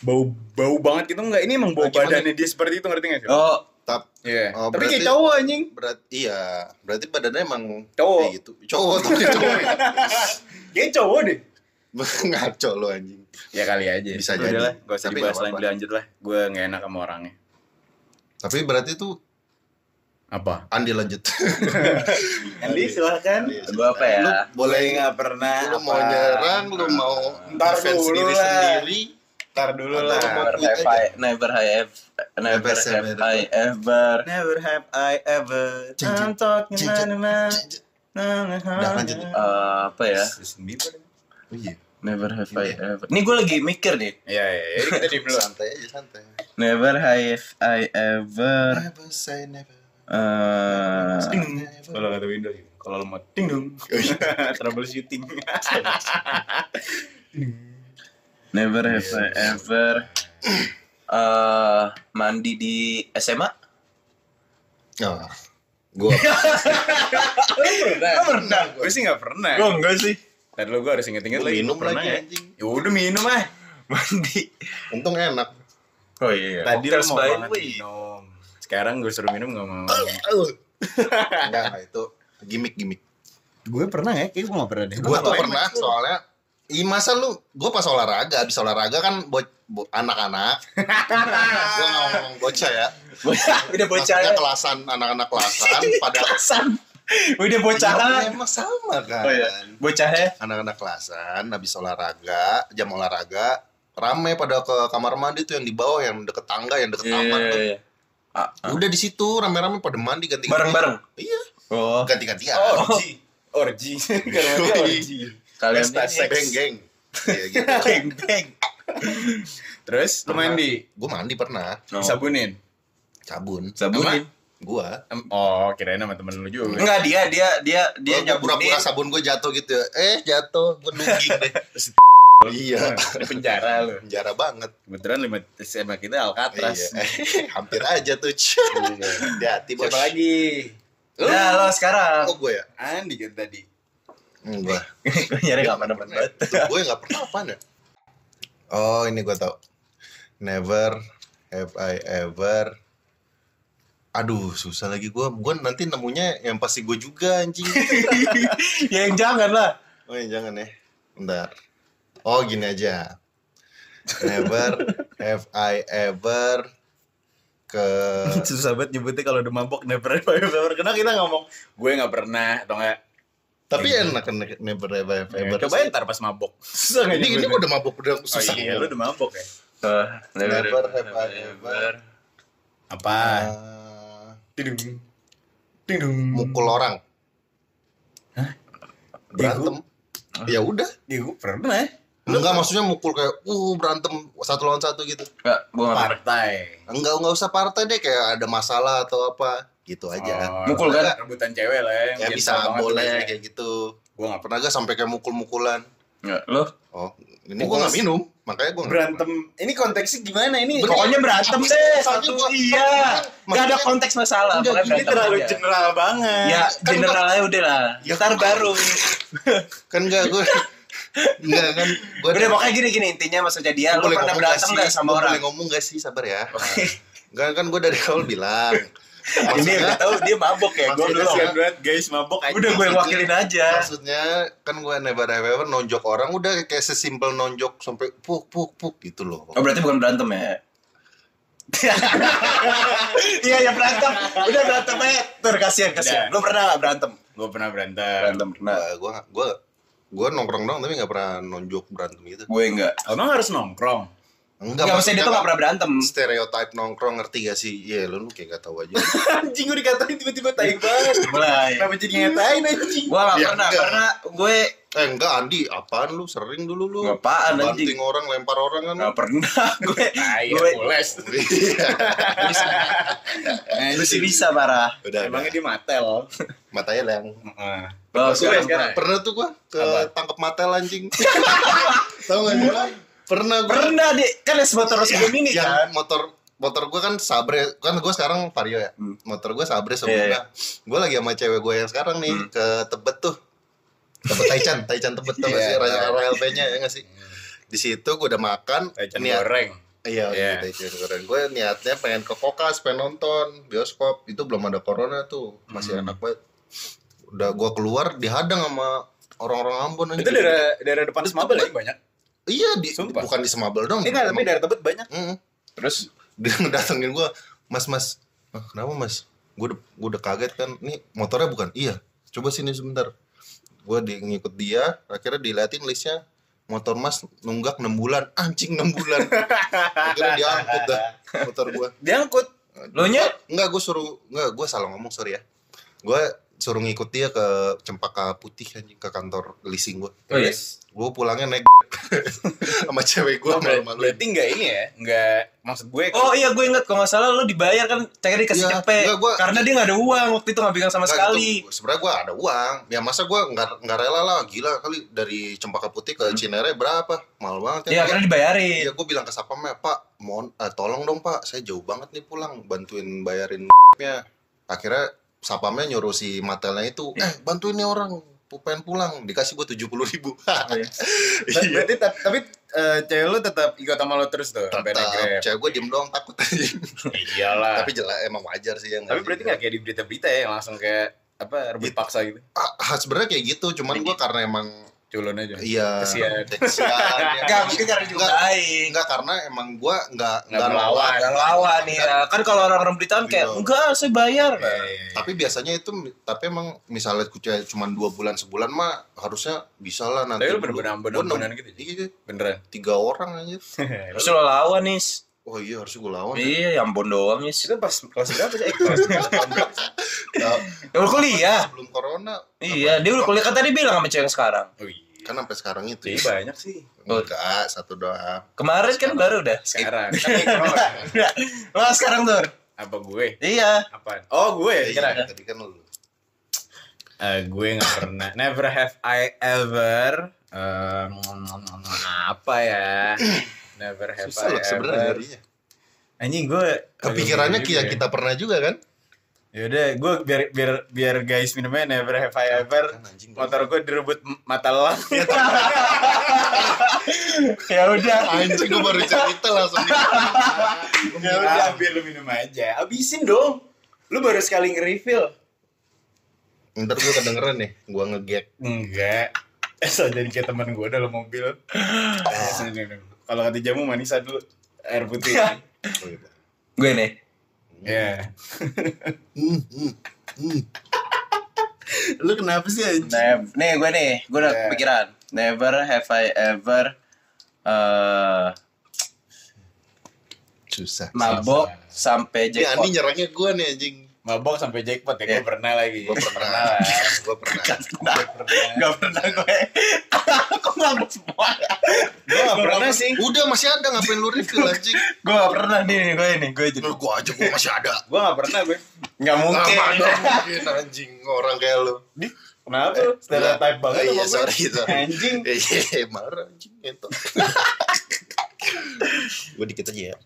Speaker 3: bau bau banget gitu nggak ini emang bau
Speaker 1: Nah, cuman-
Speaker 3: badannya dia seperti itu ngerti nggak sih?
Speaker 2: Oh,
Speaker 1: tap
Speaker 3: Iya.
Speaker 1: oh,
Speaker 3: tapi
Speaker 1: berarti-
Speaker 3: kayak cowok anjing.
Speaker 1: berat iya berarti badannya emang
Speaker 3: Cowok.
Speaker 1: kayak gitu cowok tapi cowok ya.
Speaker 3: Kayak cowok deh.
Speaker 1: ngaco lo anjing
Speaker 3: Ya kali aja.
Speaker 1: Bisa
Speaker 3: Udah
Speaker 1: jadi.
Speaker 3: lah, gak usah
Speaker 1: Tapi
Speaker 3: dibahas
Speaker 1: nggak
Speaker 3: lain
Speaker 1: apa-apa.
Speaker 3: lanjut lah. Gue nggak enak sama orangnya.
Speaker 1: tapi berarti tuh
Speaker 3: Apa?
Speaker 1: Andi lanjut
Speaker 3: Andi silahkan.
Speaker 2: gue apa ya?
Speaker 1: lu boleh
Speaker 3: Boleh nggak pernah?
Speaker 1: lu mau
Speaker 3: apa?
Speaker 1: nyerang lu mau
Speaker 3: Ntar
Speaker 1: defense
Speaker 3: dulu
Speaker 1: diri
Speaker 3: lah.
Speaker 1: sendiri
Speaker 3: Ntar dulu
Speaker 1: Atau
Speaker 3: lah.
Speaker 1: mau
Speaker 2: Never have I, never have, never
Speaker 1: Never have
Speaker 2: have I ever.
Speaker 3: Never have I ever
Speaker 1: Jeng, jeng,
Speaker 3: I'm talking
Speaker 1: jeng,
Speaker 3: na
Speaker 1: jeng,
Speaker 3: na na
Speaker 1: jeng,
Speaker 3: na na
Speaker 1: Udah, lanjut.
Speaker 2: Eh, apa ya?
Speaker 1: iya
Speaker 2: Never have I ever. Ini gue lagi mikir nih.
Speaker 3: Iya, iya, iya, kita di belakang.
Speaker 1: santai aja santai
Speaker 2: Never have I ever.
Speaker 1: never say never
Speaker 2: eh
Speaker 1: never.
Speaker 3: Kalau kata Windows gitu. Kalau lo mau ting dong. Troubleshooting.
Speaker 2: never have I ever. eh mandi di SMA?
Speaker 1: oh, gua
Speaker 3: Pernah. Pernah. Gue sih gak pernah.
Speaker 2: Oh, enggak sih.
Speaker 3: Tadi lo gue harus inget-inget
Speaker 1: Gua
Speaker 3: lagi.
Speaker 1: minum
Speaker 3: Pernah
Speaker 1: lagi,
Speaker 3: ya?
Speaker 1: anjing.
Speaker 3: Ya udah minum ah.
Speaker 2: Mandi.
Speaker 1: untung enak
Speaker 2: Oh iya.
Speaker 3: Tadi lo
Speaker 2: Cocktails
Speaker 3: mau
Speaker 2: by
Speaker 3: banget
Speaker 2: the way.
Speaker 3: minum. Sekarang gue suruh minum gak mau.
Speaker 1: enggak enggak, itu gimmick gimmick
Speaker 3: Gue pernah ya? Kayaknya gue gak pernah deh.
Speaker 1: gua tuh pernah soalnya Ih masa lu, gua pas olahraga, abis olahraga kan bo- bo- anak-anak Gua gak ngomong bocah ya
Speaker 2: Udah bocah. ya.
Speaker 1: Maksudnya kelasan, anak-anak kelasan pada
Speaker 2: Kelasan. Udah bocah.
Speaker 1: Ya, emang sama kan
Speaker 2: Oh iya.
Speaker 3: ya?
Speaker 2: Bocahnya.
Speaker 1: anak-anak kelasan habis olahraga jam olahraga rame pada ke kamar mandi tuh yang di bawah yang deket tangga yang deket taman tuh.
Speaker 2: Iya, Ah, ah.
Speaker 1: udah di situ rame-rame pada mandi ganti
Speaker 2: Bareng-bareng.
Speaker 1: iya
Speaker 2: Oh.
Speaker 1: ganti-gantian
Speaker 3: Orgi. Orgi. Karena dia orgi.
Speaker 2: Kalian
Speaker 3: Pesta
Speaker 2: ini-
Speaker 3: seks.
Speaker 1: beng geng Iya gitu
Speaker 2: Beng, beng.
Speaker 3: Terus lu mandi.
Speaker 1: gue mandi pernah
Speaker 2: No.
Speaker 3: Sabunin.
Speaker 1: cabun
Speaker 2: Sabunin.
Speaker 1: gue
Speaker 3: Em, Oh, kirain sama temen lu juga.
Speaker 2: Enggak dia dia dia dia
Speaker 1: dia
Speaker 2: nyabunin.
Speaker 1: Oh, pura-pura sabun gue jatuh gitu ya. eh jatuh gue nungging deh iya
Speaker 3: Di penjara lu.
Speaker 1: penjara banget
Speaker 3: Kebetulan lima SMA kita Alcatraz.
Speaker 1: iya. hampir aja tuh Iya. di hati bos
Speaker 3: Siapa lagi? Lu?
Speaker 2: Nah, lo sekarang.
Speaker 1: kok gue ya
Speaker 3: Andi kan tadi.
Speaker 1: enggak
Speaker 2: Gua nyari enggak mana
Speaker 1: pernah. Tuh, gue nggak pernah apa ya? Oh ini gue tau. Never have I ever. Aduh susah lagi gue. Gue nanti nemunya yang pasti gue juga anjing.
Speaker 2: Ya yang jangan lah.
Speaker 1: oh ya, jangan ya. Bentar. Oh gini aja. Never have I ever ke
Speaker 3: Susah banget nyebutnya kalau udah mabok never ever ever. Karena kita ngomong gue nggak pernah atau nggak.
Speaker 1: tapi enak kan never have I ever
Speaker 3: Coba ntar pas mabok. Susah nggak
Speaker 1: ini ini
Speaker 3: nyebutnya?
Speaker 1: gue udah mabuk udah susah
Speaker 3: Ya, Oh, iya, lu udah mabok ya.
Speaker 2: Eh,
Speaker 1: Never have I ever.
Speaker 3: Apa?
Speaker 1: Ah,
Speaker 3: Tidung. Tidung.
Speaker 1: mukul orang berantem ya udah
Speaker 3: Ya, gue pernah.
Speaker 1: Enggak maksudnya mukul kayak uh berantem satu lawan satu gitu.
Speaker 2: Enggak, gua nggak pernah.
Speaker 3: Partai.
Speaker 1: Enggak enggak usah partai deh kayak ada masalah atau apa gitu aja.
Speaker 3: Oh,
Speaker 2: Mukul kan?
Speaker 3: Rebutan cewek lah ya. yang
Speaker 1: ya
Speaker 3: biasa
Speaker 1: bisa
Speaker 3: banget
Speaker 1: boleh
Speaker 3: biasanya.
Speaker 1: kayak gitu.
Speaker 3: Gue nggak
Speaker 1: Pernah gak sampai kayak mukul-mukulan?
Speaker 2: Nggak, lo?
Speaker 1: Oh, ini gue nggak minum, makanya gue
Speaker 3: berantem ini konteksnya gimana ini
Speaker 1: Bener.
Speaker 2: Pokoknya berantem
Speaker 1: Habis-
Speaker 2: deh.
Speaker 1: habis-
Speaker 2: Satu
Speaker 1: habis-
Speaker 2: iya. Gak ada
Speaker 1: Maksudnya-
Speaker 2: konteks masalah.
Speaker 1: Enggak,
Speaker 2: pokoknya
Speaker 1: ini
Speaker 3: ini
Speaker 2: berantem
Speaker 3: terlalu
Speaker 2: aja.
Speaker 3: general banget
Speaker 2: Ya,
Speaker 1: Kan
Speaker 2: general aja udah lah.
Speaker 1: Ya,
Speaker 2: Ntar
Speaker 1: kan-
Speaker 2: baru.
Speaker 1: kan nggak gue nggak kan gue
Speaker 2: Udah pokoknya gini gini intinya maksudnya dia lu pernah berantem gak sama
Speaker 1: boleh
Speaker 2: orang?
Speaker 1: ngomong gak sih sabar ya
Speaker 2: Oke.
Speaker 1: nggak kan gue dari awal bilang
Speaker 2: Ini
Speaker 1: maksudnya
Speaker 2: udah tahu dia mabok ya. Gue
Speaker 1: Maksudnya siapa?
Speaker 2: dulu.
Speaker 3: Kasihan kan banget guys mabok aja
Speaker 2: Udah gue yang wakilin aja.
Speaker 1: maksudnya kan gue never have ever nonjok orang udah kayak sesimpel nonjok sampai puk puk puk gitu loh
Speaker 2: Oh berarti bukan berantem ya? Iya ya berantem, udah berantem aja. Tur kasihan kasihan.
Speaker 3: Udah.
Speaker 2: Lu pernah gak berantem?
Speaker 3: gue pernah berantem
Speaker 2: Berantem pernah.
Speaker 1: gue gue gue nongkrong doang tapi nggak pernah nonjok berantem gitu
Speaker 2: Gue enggak.
Speaker 3: emang harus nongkrong
Speaker 1: enggak
Speaker 2: Enggak maksudnya dia tuh gak pernah berantem.
Speaker 1: stereotype nongkrong ngerti gak sih iya lu lu kayak gak tahu aja
Speaker 3: anjing gue dikatain tiba-tiba tai banget
Speaker 2: Mulai.
Speaker 3: kenapa jadi ngatain anjing
Speaker 2: Gue gak
Speaker 1: Ya,
Speaker 2: pernah
Speaker 1: enggak.
Speaker 2: karena gue
Speaker 1: eh enggak Andi apaan lu sering dulu lu
Speaker 2: Nggak apaan, anjing.
Speaker 1: banting orang lempar orang kan Iya.
Speaker 2: gak pernah. Nah, iya, Gue gue
Speaker 3: tai ules
Speaker 2: gue eh, sih bisa parah.
Speaker 1: udah
Speaker 3: emangnya dia matel
Speaker 1: matanya leng
Speaker 3: Heeh.
Speaker 2: Lo
Speaker 3: Gue
Speaker 2: sekarang
Speaker 3: sekarang.
Speaker 1: pernah tuh gua ke
Speaker 3: Apa?
Speaker 1: tangkap mata anjing tahu nggak gua pernah gua
Speaker 2: pernah deh kan es motor sebelum ini
Speaker 1: yang
Speaker 2: kan.
Speaker 1: motor motor gua kan sabre kan gua sekarang vario ya
Speaker 2: Hmm.
Speaker 1: motor gua sabre sebelumnya gua lagi sama cewek gua yang sekarang nih ke tebet tuh tebet Taichan Taichan tebet tuh nggak sih
Speaker 3: Iya.
Speaker 1: rel rel nya ya nggak sih di situ gua udah makan
Speaker 3: Taichan
Speaker 1: niat-
Speaker 3: goreng
Speaker 1: Iya,
Speaker 3: Iya.
Speaker 1: yeah. Gue niatnya pengen ke kokas, pengen nonton bioskop. Itu belum ada corona tuh, masih
Speaker 3: Hmm.
Speaker 1: enak banget. Udah gue keluar dihadang sama orang-orang Ambon.
Speaker 3: itu
Speaker 1: anjing.
Speaker 3: daerah daerah depan semabel ya banyak
Speaker 1: Iya, di,
Speaker 3: Sumpah.
Speaker 1: bukan di Semabel dong.
Speaker 3: ini tapi daerah tebet banyak
Speaker 2: Terus
Speaker 1: Dia ngedatengin gue, mas mas, "Ah, kenapa mas? Gue udah, gue udah kaget kan. Nih motornya bukan? Iya. Coba sini sebentar. Gue di, ngikut dia, akhirnya diliatin listnya motor mas nunggak 6 bulan anjing 6 bulan akhirnya diangkut dah motor gue
Speaker 3: diangkut
Speaker 2: lo nya
Speaker 1: Enggak, gue suruh enggak, gue salah ngomong sorry ya. Gue suruh ngikut dia ke Cempaka Putih anjing ke kantor leasing gue.
Speaker 2: Oh, iya.
Speaker 1: Gue pulangnya naik sama cewek gue
Speaker 3: gue
Speaker 1: malu-malu.
Speaker 3: berarti nggak ini ya nggak maksud gue
Speaker 2: Oh iya gue inget kalau nggak salah lo dibayar kan cari dikasih
Speaker 1: Iya,
Speaker 2: cepet
Speaker 1: enggak, gua-
Speaker 2: karena dia nggak ada uang waktu itu nggak pegang sama sekali.
Speaker 1: Sebenarnya gue ada uang. Ya masa gue nggak nggak rela lah gila kali dari Cempaka Putih ke Cinere berapa? Mahal banget
Speaker 2: Hmm. Iya
Speaker 1: ya.
Speaker 2: karena dibayarin.
Speaker 1: Iya, gue bilang ke satpamnya, Pak, mohon eh, tolong dong Pak, saya jauh banget nih pulang, bantuin bayarin nya. Akhirnya satpamnya nyuruh si matelnya itu,
Speaker 2: Hmm.
Speaker 1: eh bantuin nih orang, pu- pengen pulang, dikasih gue tujuh puluh ribu.
Speaker 2: Iya.
Speaker 3: Ber- iya. berarti tap- tapi eh, cewek lu tetap ikut sama lo terus tuh sampai naik
Speaker 1: Tetap,
Speaker 3: Grab.
Speaker 1: cewek gue diem doang takut
Speaker 3: Ya iyalah
Speaker 2: Ah.
Speaker 1: Tapi jelas emang wajar sih yang gitu.
Speaker 3: tapi berarti nggak kayak di berita-berita ya yang langsung kayak apa
Speaker 1: Iya.
Speaker 3: rebut paksa gitu
Speaker 1: Ah, sebenarnya kayak gitu, cuman gue karena emang
Speaker 3: culon aja
Speaker 1: iya
Speaker 3: Kesian.
Speaker 1: kesian, ya.
Speaker 2: Enggak, mungkin karena juga
Speaker 1: Enggak,
Speaker 2: baik.
Speaker 1: enggak, karena emang gue enggak
Speaker 3: Nggak melawan.
Speaker 2: Enggak lawan ya. Kan kalau orang-orang beritaan kayak
Speaker 1: Gitu.
Speaker 2: enggak saya bayar.
Speaker 3: iya,
Speaker 1: tapi biasanya itu tapi emang misalnya kucing cuma dua bulan sebulan mah harusnya bisa lah nanti
Speaker 3: Tapi lu
Speaker 1: dulu.
Speaker 3: bener-bener
Speaker 1: Gua
Speaker 3: ambon-ambonan
Speaker 1: enam-
Speaker 3: gitu, Ji?
Speaker 1: iya
Speaker 3: beneran
Speaker 1: tiga orang aja
Speaker 2: Terus lo lawan nih.
Speaker 1: oh iya harus gue lawan ya.
Speaker 2: Iya, yang bon doang nih.
Speaker 3: itu pas kelas berapa sih Eh, kelas tahun berapa sih?
Speaker 1: Nah,
Speaker 2: Ya udah kuliah.
Speaker 1: sebelum corona
Speaker 2: Iya, dia udah kuliah kan tadi bilang sama cewek yang sekarang.
Speaker 3: oh iya
Speaker 1: kan sampai sekarang itu
Speaker 3: jadi
Speaker 1: ya.
Speaker 3: banyak sih
Speaker 1: enggak satu doang
Speaker 2: Kemarin kan baru udah.
Speaker 3: sekarang Kan kayak corona.
Speaker 2: Lo sekarang tuh.
Speaker 3: apa gue
Speaker 2: Iya.
Speaker 3: apaan oh gue
Speaker 1: Eh,
Speaker 3: kira
Speaker 1: iya, tadi kan lu
Speaker 3: Eh, gue nggak pernah never have I ever eh, apa ya never have
Speaker 1: susah
Speaker 3: I
Speaker 1: loh sebenarnya
Speaker 3: ever
Speaker 1: nyarinya.
Speaker 3: anjing gue
Speaker 1: kepikirannya kita
Speaker 3: agak bingung juga
Speaker 1: kita pernah juga kan
Speaker 3: ya udah gue biar biar biar guys minumnya never have I ever
Speaker 1: Kan anjing.
Speaker 3: motor gue direbut m- mata lelang
Speaker 2: Ya udah.
Speaker 1: anjing gue baru cerita langsung di-
Speaker 3: ya udah biar lu minum aja abisin dong lu baru sekali nge-refill
Speaker 1: ntar gue kedengeran nih gue ngegek
Speaker 3: enggak eh so jadi kayak teman gue dalam mobil
Speaker 2: Ah.
Speaker 3: kalau kata jamu manisa dulu air putih Iya. ya
Speaker 1: Oh, iya.
Speaker 2: Gue nih.
Speaker 1: Hmm, hmm, hmm.
Speaker 3: lu kenapa sih anjing
Speaker 2: Nev- nih gue nih, gue udah
Speaker 3: Yeah.
Speaker 2: kepikiran. Never have I ever eh
Speaker 1: susah
Speaker 2: mabok sampai
Speaker 1: ini Andi
Speaker 2: jackpot.
Speaker 1: nyerangnya gue nih anjing
Speaker 3: mabok sampai jackpot ya gue
Speaker 2: Iya.
Speaker 3: pernah lagi
Speaker 1: gue pernah
Speaker 3: pernah lah
Speaker 1: gue pernah
Speaker 2: Nah, gak pernah gue. Kok mabok semua?
Speaker 3: gue gak pernah sih
Speaker 1: udah masih ada ngapain lu review anjing
Speaker 2: Gue gak pernah nih, gue ini, gue jadi.
Speaker 1: lu gue aja gue masih ada
Speaker 3: gue gak pernah gue
Speaker 2: Gak mungkin.
Speaker 1: Lama dong mungkin anjing orang kayak lu
Speaker 3: di
Speaker 2: Eh,
Speaker 3: Kenapa lu? Stereotype banget
Speaker 1: iya,
Speaker 3: sama
Speaker 1: sorry,
Speaker 3: gue.
Speaker 1: sorry.
Speaker 3: Anjing.
Speaker 1: Iya, marah anjing ngentot. Gue dikit aja ya.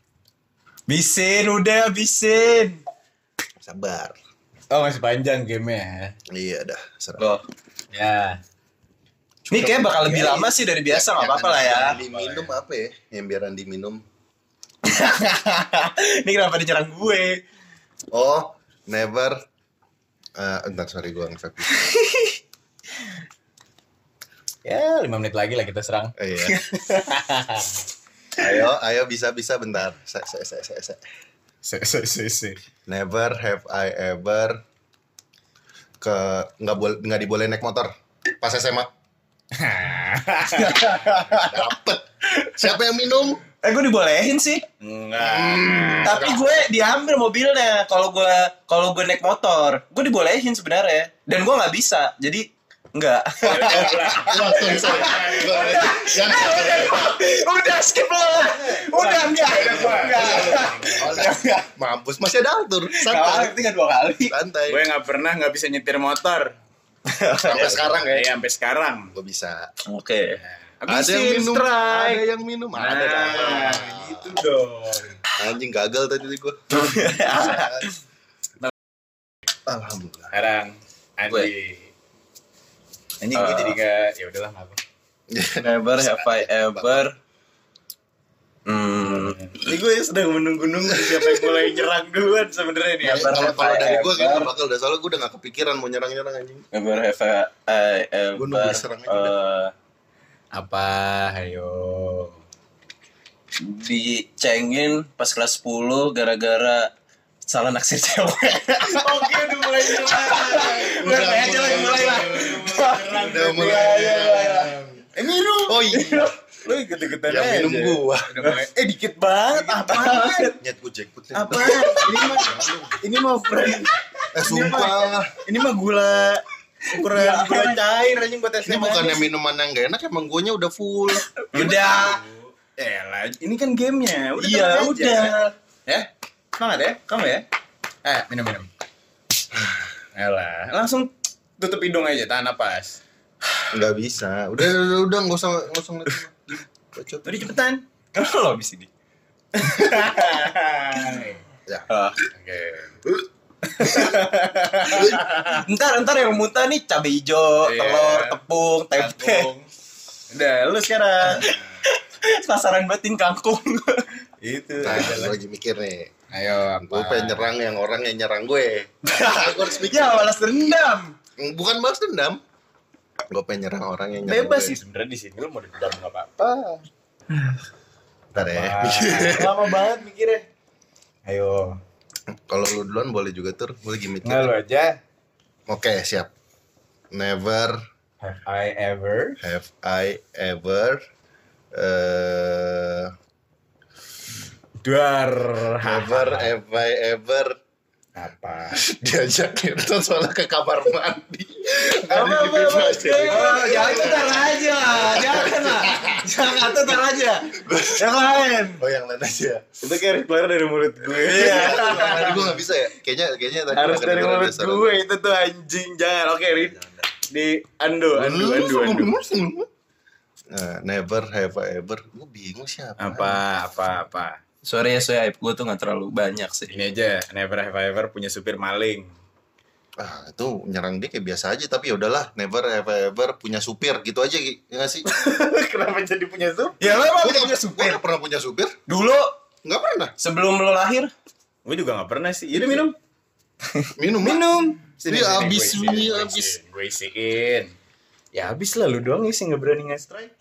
Speaker 3: Bisin udah bisin.
Speaker 1: Sabar.
Speaker 3: Oh masih panjang gamenya
Speaker 1: Iya dah, serah.
Speaker 2: Loh,
Speaker 3: ya. Ya.
Speaker 2: ini kayak bakal
Speaker 1: ya,
Speaker 2: lebih lama sih dari biasa nggak apa-apa lah ya.
Speaker 1: Diminum apa ya? Yang biaran diminum.
Speaker 2: ini kenapa dicerang gue?
Speaker 1: Oh, never. Eh, entar sorry gue ngefek.
Speaker 3: Ya, 5 menit lagi lah kita serang.
Speaker 1: Eh, iya. ayo, ayo bisa bisa bentar. Se, se, se, se, se.
Speaker 3: Se se se se.
Speaker 1: Never have I ever ke nggak boleh nggak diboleh naik motor pas SMA. Dapet. Siapa yang minum?
Speaker 2: Eh gue dibolehin sih,
Speaker 3: Enggak.
Speaker 2: tapi gue diambil mobilnya. Kalau gue kalau gue naik motor, gue dibolehin sebenarnya. Dan gue nggak bisa, jadi nggak.
Speaker 1: Langsung saya. Yang
Speaker 2: udah skip lah, udah enggak, enggak.
Speaker 1: Oleh. Mampus masih ada altur.
Speaker 2: Kalau
Speaker 1: Santai.
Speaker 2: tinggal dua kali.
Speaker 1: Santai.
Speaker 3: Gue nggak pernah nggak bisa nyetir motor.
Speaker 1: Sampai sekarang ya.
Speaker 3: Iya, sampai sekarang.
Speaker 1: Gue bisa.
Speaker 2: Oke.
Speaker 1: Ada yang minum. Ada yang minum. Ada.
Speaker 3: Nah,
Speaker 1: kan?
Speaker 3: gitu dong.
Speaker 1: Anjing gagal tadi gue. Alhamdulillah.
Speaker 3: Sekarang Andi. Anjing gue
Speaker 2: Eh.
Speaker 3: jadi nggak ya udahlah nggak apa.
Speaker 2: Uh, Never have I ever. Hmm.
Speaker 3: Ini gue ya sedang menunggu-nunggu siapa yang mulai nyerang duluan sebenarnya nih.
Speaker 2: Never
Speaker 1: Kalau
Speaker 2: have
Speaker 1: kalau
Speaker 2: I
Speaker 1: dari gue kayaknya
Speaker 2: ever.
Speaker 1: nggak bakal udah soalnya gue udah gak kepikiran mau nyerang-nyerang anjing.
Speaker 3: Iya,
Speaker 2: Never have I- I
Speaker 1: Gua nunggu
Speaker 2: ever.
Speaker 1: diserang aja
Speaker 2: eh,
Speaker 3: Apa? Ayo.
Speaker 2: dicengin pas kelas 10 gara-gara salah naksir cewek.
Speaker 3: Oke, Oh, udah mulai nyerang.
Speaker 1: Udah mulai
Speaker 3: aja lah, mulai lah.
Speaker 1: Udah
Speaker 3: iya,
Speaker 1: mulai.
Speaker 3: Eh minum.
Speaker 1: Oh iya,
Speaker 3: Lu ikut-ikutan
Speaker 1: yang
Speaker 3: aja.
Speaker 1: Ya, minum gue.
Speaker 3: Udah mulai. Eh dikit banget apaan?
Speaker 1: Nyet gue jackpot nih.
Speaker 3: Apa? Ini mah ini mah friend.
Speaker 1: Eh sumpah.
Speaker 3: Ini mah gula ukuran
Speaker 2: Iya.
Speaker 3: gula cair anjing buat
Speaker 1: Ini bukannya minuman yang gak enak, emang gue nya udah full.
Speaker 2: Udah.
Speaker 3: Eh lah, ini kan gamenya. Udah
Speaker 2: Iya,
Speaker 3: tenang aja.
Speaker 2: udah.
Speaker 3: Ya, semangat ya, kamu ya. Eh, minum minum. Ah, Elah, langsung tutup hidung aja, tahan napas.
Speaker 1: Gak bisa. Udah, udah, udah, gak usah, gak usah ngeliat. Bacot. Nah,
Speaker 3: Udah cepetan.
Speaker 2: Kenapa lo habis ini?
Speaker 1: Ya.
Speaker 2: Ah.
Speaker 3: Oke.
Speaker 2: ntar ntar yang muntah nih cabai hijau,
Speaker 3: Iya.
Speaker 2: telur, tepung, tempe.
Speaker 3: Kangkung. Udah, lu sekarang.
Speaker 2: Pasaran batin kangkung.
Speaker 3: Itu.
Speaker 1: Nah, gue
Speaker 3: adalah-
Speaker 1: lagi mikir nih.
Speaker 3: Ayo, apa?
Speaker 1: Gue pengen nyerang yang orang yang nyerang gue. Gue harus mikir.
Speaker 2: ya balas dendam.
Speaker 1: Bukan balas dendam. Gue pengen nyerang orang yang nyerang
Speaker 3: Bebas
Speaker 1: gue.
Speaker 3: sih sebenarnya di sini lu mau dendam enggak apa-apa.
Speaker 1: Apa? Bentar ya.
Speaker 3: Lama banget mikirnya. Ayo.
Speaker 1: Kalau lu duluan boleh juga tur. Gue lagi mikir.
Speaker 3: Nggak lu aja.
Speaker 1: Oke, siap. Never
Speaker 3: Have I ever?
Speaker 1: have I ever eh
Speaker 3: Duar.
Speaker 1: never have I ever
Speaker 3: Apa?
Speaker 1: diajak Kirtan soalnya ke kamar mandi. Ada
Speaker 2: Apa,
Speaker 1: di
Speaker 2: apa, apa?
Speaker 1: bebas ya.
Speaker 2: Oh, jangan itu ntar aja, jangan lah, jangan itu ntar aja. Yang lain.
Speaker 1: Oh yang lain aja.
Speaker 3: Itu kayak keluar dari mulut gue.
Speaker 1: Tadi gue gak bisa ya. Kayaknya kayaknya tadi
Speaker 3: Iya. Harus
Speaker 1: gak
Speaker 3: dari
Speaker 1: kedengeran
Speaker 3: mulut
Speaker 1: dasar.
Speaker 3: gue itu tuh anjing. Jangan. Oke, Rin. Di Ando, Ando, Ando, Ando.
Speaker 1: Nah, never have I ever. Gue bingung siapa.
Speaker 3: Apa, apa, apa.
Speaker 2: Sorry ya, saya gue tuh nggak terlalu banyak sih.
Speaker 3: Ini aja, never have I ever punya supir maling.
Speaker 1: Ah, itu nyerang dia kayak biasa aja tapi ya udahlah never have I ever punya supir gitu aja Ki. ya gak sih?
Speaker 3: Kenapa jadi punya supir?
Speaker 2: Ya lo
Speaker 1: Gue
Speaker 2: emang
Speaker 1: punya supir. Gua nggak pernah punya supir?
Speaker 2: Dulu
Speaker 1: Enggak pernah.
Speaker 2: sebelum lo lahir,
Speaker 3: Gue juga gak pernah sih. Yaudah minum.
Speaker 1: Minum.
Speaker 3: Minum.
Speaker 1: Sini, Ini sini, abis, gue isiin, ini gue abis. isiin,
Speaker 3: Gue isiin. Ya abis lah lu doang isi nggak berani nge strike.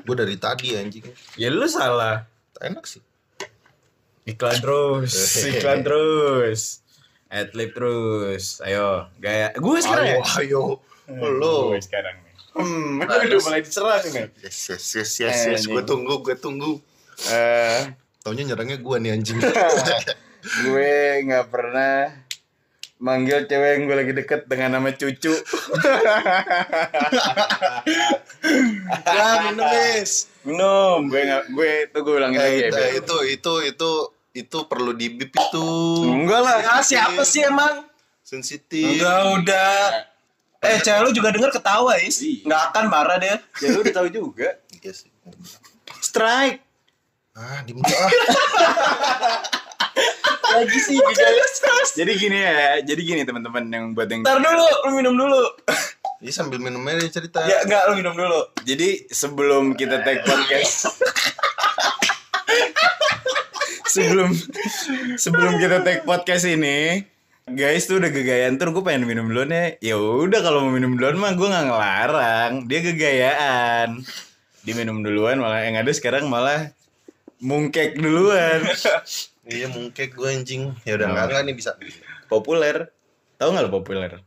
Speaker 1: Gue dari tadi anjing.
Speaker 3: Ya lu salah.
Speaker 1: Tak enak sih.
Speaker 3: Iklan terus, iklan terus. Adlib terus. Ayo, gaya. Gue sekarang ya.
Speaker 1: ayo. Lo.
Speaker 3: Gue sekarang nih. Hmm, gue udah mulai diserang nih.
Speaker 1: Yes, yes, yes, yes,
Speaker 3: Eh,
Speaker 1: yes. Gue
Speaker 3: anjing.
Speaker 1: tunggu, gue tunggu.
Speaker 3: Eh,
Speaker 1: Taunya nyerangnya gue nih anjing.
Speaker 3: gue nggak pernah manggil cewek yang gue lagi deket dengan nama cucu.
Speaker 2: ya minum bis.
Speaker 3: Minum. Gue nggak, gue tuh gue ulangin lagi.
Speaker 1: Eh,
Speaker 3: ya,
Speaker 1: eh,
Speaker 3: Beb.
Speaker 1: itu, itu, itu, itu perlu dibip itu.
Speaker 3: Enggak lah.
Speaker 2: Ya siapa sih emang?
Speaker 1: Sensitif.
Speaker 2: Enggak udah. Eh, cewek lu juga denger ketawa, Is.
Speaker 3: Iya.
Speaker 2: Nggak akan marah dia.
Speaker 3: Ya lu udah tahu juga.
Speaker 1: Iya sih.
Speaker 3: Strike.
Speaker 1: Ah, di ah.
Speaker 3: Lagi sih jadi, jadi gini ya, jadi gini teman-teman yang buat yang
Speaker 2: Ntar dulu, lu minum dulu.
Speaker 1: Ini Iya, sambil minum aja dia cerita.
Speaker 2: Ya, enggak, lu minum dulu.
Speaker 3: Jadi sebelum kita take podcast Sebelum sebelum kita take podcast ini Guys tuh udah gegayaan tuh gue pengen minum duluan ya Ya udah kalau mau minum duluan mah gue nggak ngelarang Dia gegayaan Dia minum duluan malah yang ada sekarang malah Mungkek duluan
Speaker 1: Iya, mungkin gue anjing. Ya udah enggak enggak nih bisa.
Speaker 3: Populer Tahu nggak lo populer?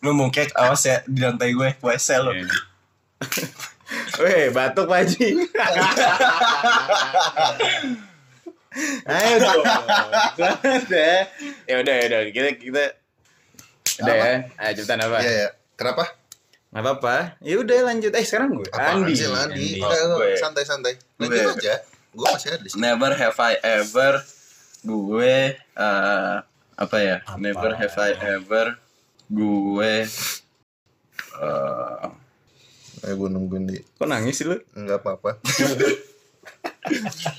Speaker 2: Lu mungkin awas ya di lantai gue, WC lu.
Speaker 3: Weh batuk Pak Haji Ayo dong Selamat ya Ya udah ya udah kita kita Udah ya Ayo cepetan apa
Speaker 1: Iya, ya. Kenapa?
Speaker 3: Gak apa-apa Ya udah lanjut Eh sekarang gue
Speaker 1: Apaan
Speaker 3: Andi
Speaker 1: sih Landi?
Speaker 3: Andi.
Speaker 2: gue.
Speaker 1: Santai-santai. Lanjut
Speaker 2: Gue.
Speaker 1: aja. Gue masih ada di sini.
Speaker 2: Never have I ever gue eh, apa ya? Never have I ever gue eh,
Speaker 1: Ayo gue nungguin di.
Speaker 3: Kok nangis sih lu
Speaker 1: Enggak apa-apa.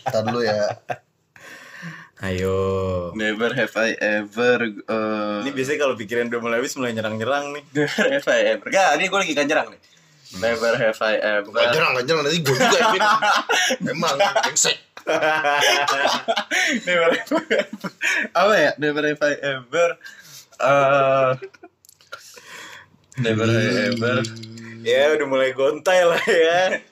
Speaker 1: Ntar dulu ya.
Speaker 3: Ayo
Speaker 2: never have I ever eh,
Speaker 3: Ini biasanya kalau pikiran udah mulai habis mulai nyerang-nyerang nih
Speaker 2: never have I ever. Gak, ini gue lagi kanjerang nih. Never have I ever.
Speaker 1: Gak jarang, gak jarang. Nanti gue juga yang minum. Emang, brengsek.
Speaker 2: never have I ever. Apa ya? Never have I ever. eh, never have I ever.
Speaker 3: Ya udah mulai gontai lah ya
Speaker 2: eh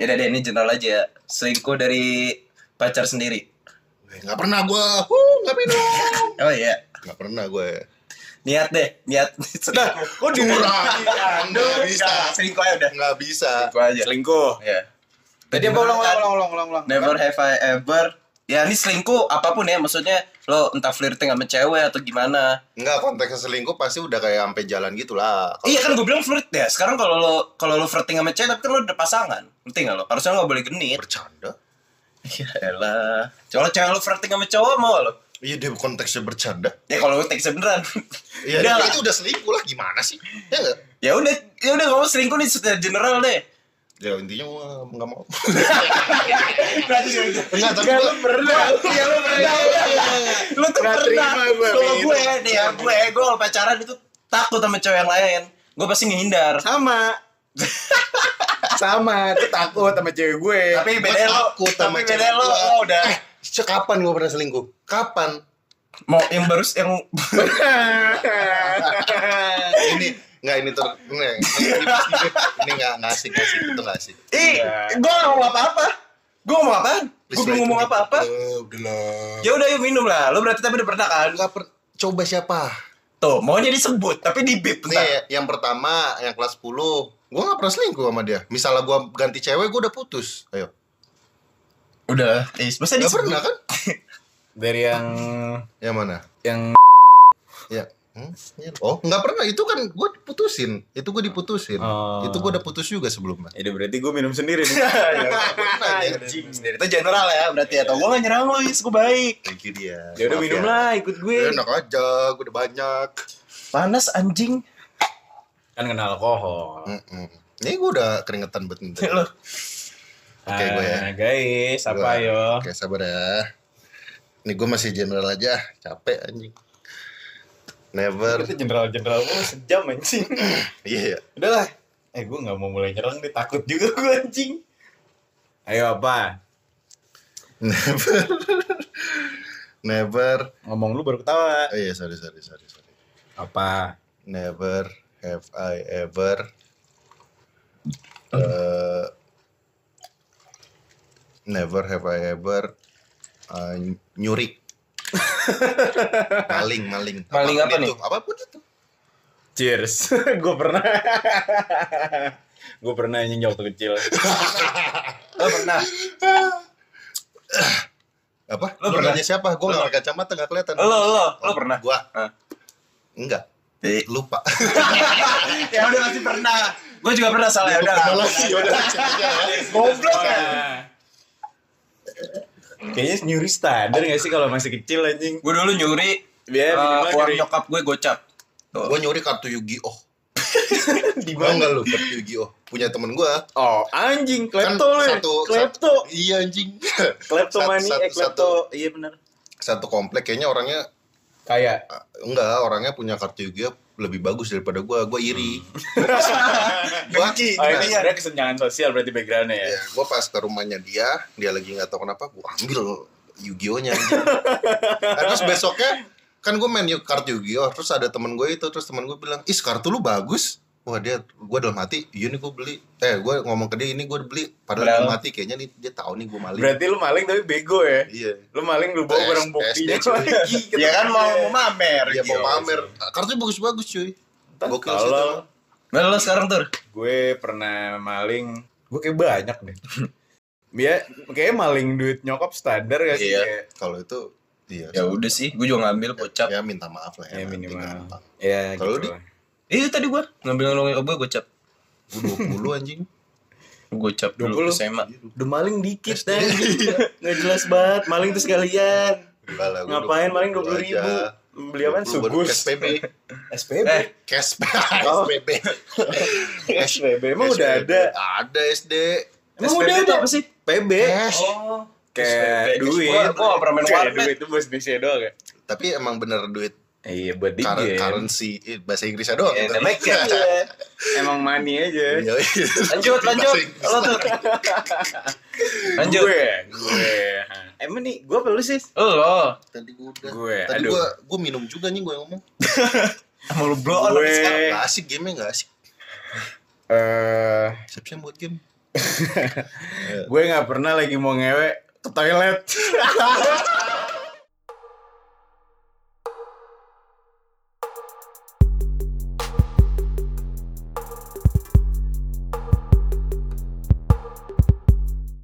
Speaker 2: ya udah deh ini general aja ya. Selingkuh dari pacar sendiri.
Speaker 1: Gak pernah gue. Huh, gak minum.
Speaker 2: Oh iya.
Speaker 1: Gak pernah gue.
Speaker 2: Niat deh, niat. Sudah.
Speaker 3: Kok di
Speaker 1: Curang. Gak bisa.
Speaker 2: Selingkuh aja udah.
Speaker 1: Gak bisa.
Speaker 2: Selingkuh aja.
Speaker 3: Selingkuh
Speaker 2: Iya.
Speaker 3: Tadi apa ulang ulang ulang ulang ulang ulang
Speaker 2: Never have I ever Ya ini selingkuh apapun ya maksudnya lo entah flirting sama cewek atau gimana.
Speaker 1: Enggak, konteksnya selingkuh pasti udah kayak sampai jalan gitu lah. Kalau-
Speaker 2: Iya kan gue bilang flirt ya. Sekarang kalau lo kalau lo flirting sama cewek tapi kan lo udah pasangan. Ngerti gak lo? Harusnya lo gak boleh genit.
Speaker 1: Bercanda?
Speaker 2: Ya elah. Kalau cewek lo flirting sama cowok mau lo?
Speaker 1: Iya, dia konteksnya bercanda.
Speaker 2: Ya kalau lo take beneran.
Speaker 1: Iya,
Speaker 2: Udah
Speaker 1: itu,
Speaker 2: lah.
Speaker 1: itu udah selingkuh lah. Gimana sih? Ya nggak?
Speaker 2: Ya udah, ya udah ngomong selingkuh nih secara general deh.
Speaker 1: Ya intinya gue nggak mau.
Speaker 2: Enggak,
Speaker 1: Enggak, tapi gue
Speaker 2: pernah. Iya, lu pernah. Lu tuh
Speaker 3: Nggak
Speaker 2: pernah.
Speaker 3: terima gue,
Speaker 2: Kalau
Speaker 3: kayak
Speaker 2: gue nih ya, gue gue kalau pacaran itu takut sama cewek yang lain. Gue pasti ngehindar.
Speaker 3: sama sama gue takut sama cewek gue
Speaker 2: Tapi beda lo,
Speaker 1: takut sama
Speaker 2: tapi
Speaker 1: cewek
Speaker 2: beda lo,
Speaker 1: gue.
Speaker 2: lo udah
Speaker 1: Eh, sejak kapan gue pernah selingkuh? Kapan?
Speaker 2: mau yang baru yang
Speaker 1: ini nggak ini ter ini ini, ini nggak nggak asik nggak asik itu nggak asik.
Speaker 2: Ih,
Speaker 3: Iya.
Speaker 2: gue gak ngomong apa-apa. Gue ngomong apaan? Gue
Speaker 1: Please
Speaker 2: belum
Speaker 1: lah,
Speaker 2: ngomong
Speaker 1: itu.
Speaker 2: apa-apa.
Speaker 1: Eh, Udah lah.
Speaker 2: Ya udah yuk minum lah. Lo berarti tapi udah pernah kan?
Speaker 1: Nggak per- coba siapa?
Speaker 2: Tuh, maunya disebut tapi di beep bentar.
Speaker 1: Nih yang pertama yang kelas 10 gue nggak pernah selingkuh sama dia. Misalnya gue ganti cewek gue udah putus. Ayo.
Speaker 2: Udah, eh, masa
Speaker 1: Nggak
Speaker 2: disebut?
Speaker 1: pernah kan?
Speaker 3: dari yang
Speaker 1: Yang mana?
Speaker 3: yang
Speaker 1: Ya. Hmm? Ya. Oh, nggak pernah. Itu kan gue putusin. Itu gue diputusin.
Speaker 3: Oh.
Speaker 1: Itu gue udah putus juga sebelumnya.
Speaker 3: ya udah berarti gue minum sendiri nih
Speaker 1: Anjing.
Speaker 2: Iya, Sendiri. Itu general ya berarti ya. Tuh, gue gak nyerang lo, Is. Gue baik.
Speaker 1: Thank you dia.
Speaker 3: ya
Speaker 1: Maaf
Speaker 3: udah
Speaker 1: Ya,
Speaker 3: minum lah ikut gue
Speaker 1: Enak aja, gue udah banyak.
Speaker 2: Panas anjing.
Speaker 3: kan kenal alkohol
Speaker 1: Mm-mm. Hmm, Ini gue udah keringetan banget. nih.
Speaker 2: Loh.
Speaker 1: Oke, gue ya.
Speaker 2: Nah,
Speaker 3: Ah, guys apa
Speaker 1: Gua-
Speaker 3: yo
Speaker 1: Oke, sabar ya. Ini gue masih general aja, capek anjing. Never.
Speaker 3: kita general general mulu sejam anjing
Speaker 1: Iya, iya.
Speaker 3: udahlah eh gue nggak mau mulai nyerang deh takut juga gue anjing ayo apa
Speaker 1: Never. Never.
Speaker 3: ngomong lu baru ketawa
Speaker 1: Oh iya, sorry, sorry, sorry, sorry.
Speaker 3: apa
Speaker 1: Never have I ever eh, Never have I ever eh, nyuri. maling, maling.
Speaker 2: Maling apa
Speaker 1: Apapun
Speaker 2: nih?
Speaker 1: itu, Apapun itu.
Speaker 3: Cheers. gue pernah. gue pernah anjing waktu kecil.
Speaker 2: Lo pernah.
Speaker 1: Apa?
Speaker 2: Lo
Speaker 1: Lo
Speaker 2: pernah?
Speaker 1: nanya siapa? Gue nggak pakai kacamata nggak kelihatan.
Speaker 2: Lo, lo, lo
Speaker 1: Oh,
Speaker 2: pernah.
Speaker 1: Gua.
Speaker 2: Hah?
Speaker 1: Enggak.
Speaker 2: Eh,
Speaker 1: Lupa.
Speaker 2: ya udah pasti pernah. Gue juga pernah salah ya udah.
Speaker 1: Udah lagi, udah lagi aja ya.
Speaker 2: Goblok
Speaker 3: Kayaknya nyuri standar gak sih kalau masih kecil anjing?
Speaker 2: Gue dulu nyuri Eh,
Speaker 3: Biar minimal
Speaker 2: uang
Speaker 3: nyuri.
Speaker 2: nyokap gue gocap.
Speaker 1: Gue nyuri kartu Yu-Gi-Oh.
Speaker 3: Di
Speaker 1: Tau
Speaker 3: mana?
Speaker 1: nggak lu kartu Yu-Gi-Oh? Punya temen gue.
Speaker 3: Oh, anjing, klepto
Speaker 1: Kan
Speaker 3: lu. ya.
Speaker 1: satu-
Speaker 3: Klepto.
Speaker 1: Iya anjing.
Speaker 3: Kleptomani,
Speaker 1: satu-
Speaker 3: eh klepto. Iya benar.
Speaker 1: Satu komplek kayaknya orangnya
Speaker 3: Kaya.
Speaker 1: ah, enggak orangnya punya kartu Yu-Gi-Oh lebih bagus daripada gue. Gue iri. Gua-
Speaker 2: Benci.
Speaker 3: Oh, ini
Speaker 2: Iya.
Speaker 1: Nah.
Speaker 3: sebenarnya kesenjangan sosial berarti backgroundnya ya.
Speaker 1: Ya, gue pas ke rumahnya dia, dia lagi nggak tahu kenapa, gue ambil Yu-Gi-Oh-nya. Nah, terus besoknya kan gue main yuk- kartu Yu-Gi-Oh, terus ada temen gue itu, terus temen gue bilang, is kartu lu bagus. Wah dia, gue dalam hati, iya nih gue beli. Eh gue ngomong ke dia ini gue beli, padahal dalam
Speaker 2: Padahal.
Speaker 1: hati kayaknya nih dia tahu nih gue maling.
Speaker 3: Berarti lu maling tapi bego ya.
Speaker 1: Iya.
Speaker 3: Lu maling lu bawa
Speaker 1: Tes-
Speaker 3: barang buktinya
Speaker 1: tes dia, cuy. Iya
Speaker 3: lagi. gitu.
Speaker 2: Ya kan mau mau mamer.
Speaker 1: Dia
Speaker 2: gitu.
Speaker 1: mau pamer, kartunya bagus-bagus cuy. Gokil sih.
Speaker 3: Tolol.
Speaker 1: itu.
Speaker 2: Mana lo sekarang tuh?
Speaker 3: Gue pernah maling. Gue kayak banyak deh. Dia kayak maling duit nyokap standar gak sih?
Speaker 1: Iya.
Speaker 3: Kayak,
Speaker 1: Kalau itu, iya.
Speaker 2: Ya udah sih, gue juga ngambil gocap.
Speaker 1: Ya minta maaf lah ya.
Speaker 3: Ya,
Speaker 1: nanti
Speaker 3: minimal.
Speaker 1: nggak apa.
Speaker 3: Ya
Speaker 1: Kalau di-
Speaker 3: gitu. lah.
Speaker 2: Iya tadi gue ngambil nolongnya ke gue gocap.
Speaker 1: Gue 20 anjing.
Speaker 2: Gocap dulu
Speaker 3: 20.
Speaker 2: SMA.
Speaker 3: Udah maling dikit deh. Nggak jelas banget. Maling tuh sekalian.
Speaker 1: Enggak lah, gua
Speaker 3: Ngapain maling
Speaker 1: 20
Speaker 3: 20 ribu?
Speaker 1: aja.
Speaker 3: Beli apaan?
Speaker 1: 20 baru
Speaker 3: Sugus.
Speaker 1: SPB.
Speaker 3: SPB.
Speaker 2: Eh,
Speaker 1: Cash
Speaker 3: Oh.
Speaker 1: SPB.
Speaker 3: SPB. Emang udah ada.
Speaker 1: Ada SD.
Speaker 3: Emang
Speaker 2: SPB
Speaker 3: udah
Speaker 2: itu
Speaker 3: ada.
Speaker 2: apa sih?
Speaker 3: PB.
Speaker 1: Cash.
Speaker 2: Oh.
Speaker 3: Kayak
Speaker 2: Cash
Speaker 3: duit.
Speaker 2: Gua- gua nggak pernah main
Speaker 3: Kayak
Speaker 2: warnet.
Speaker 3: Duit itu bahasa Indonesia doang ya.
Speaker 1: Tapi emang bener duit
Speaker 3: Iya buat di
Speaker 1: kar-
Speaker 3: game. Iya,
Speaker 1: currency eh, bahasa Inggrisnya doang.
Speaker 2: Ya,
Speaker 1: gitu.
Speaker 2: namanya cash.
Speaker 3: Emang money aja.
Speaker 1: Iya, iya.
Speaker 2: Lanjut,
Speaker 1: Bahasa
Speaker 2: lanjut.
Speaker 1: Inggris.
Speaker 2: Lo tuh. Lanjut.
Speaker 3: Gue, gue. Emang nih, gue perlu sih.
Speaker 2: Lo.
Speaker 1: Tadi gua udah.
Speaker 3: Gue,
Speaker 1: Tadi
Speaker 3: aduh.
Speaker 1: gua gua minum juga nih gua yang ngomong.
Speaker 2: Sama lu bro.
Speaker 3: Gue.
Speaker 1: Sekarang gak asik game-nya gak asik.
Speaker 3: Eh,
Speaker 1: Siap-siap buat game.
Speaker 3: gue nggak pernah lagi mau ngewe ke toilet.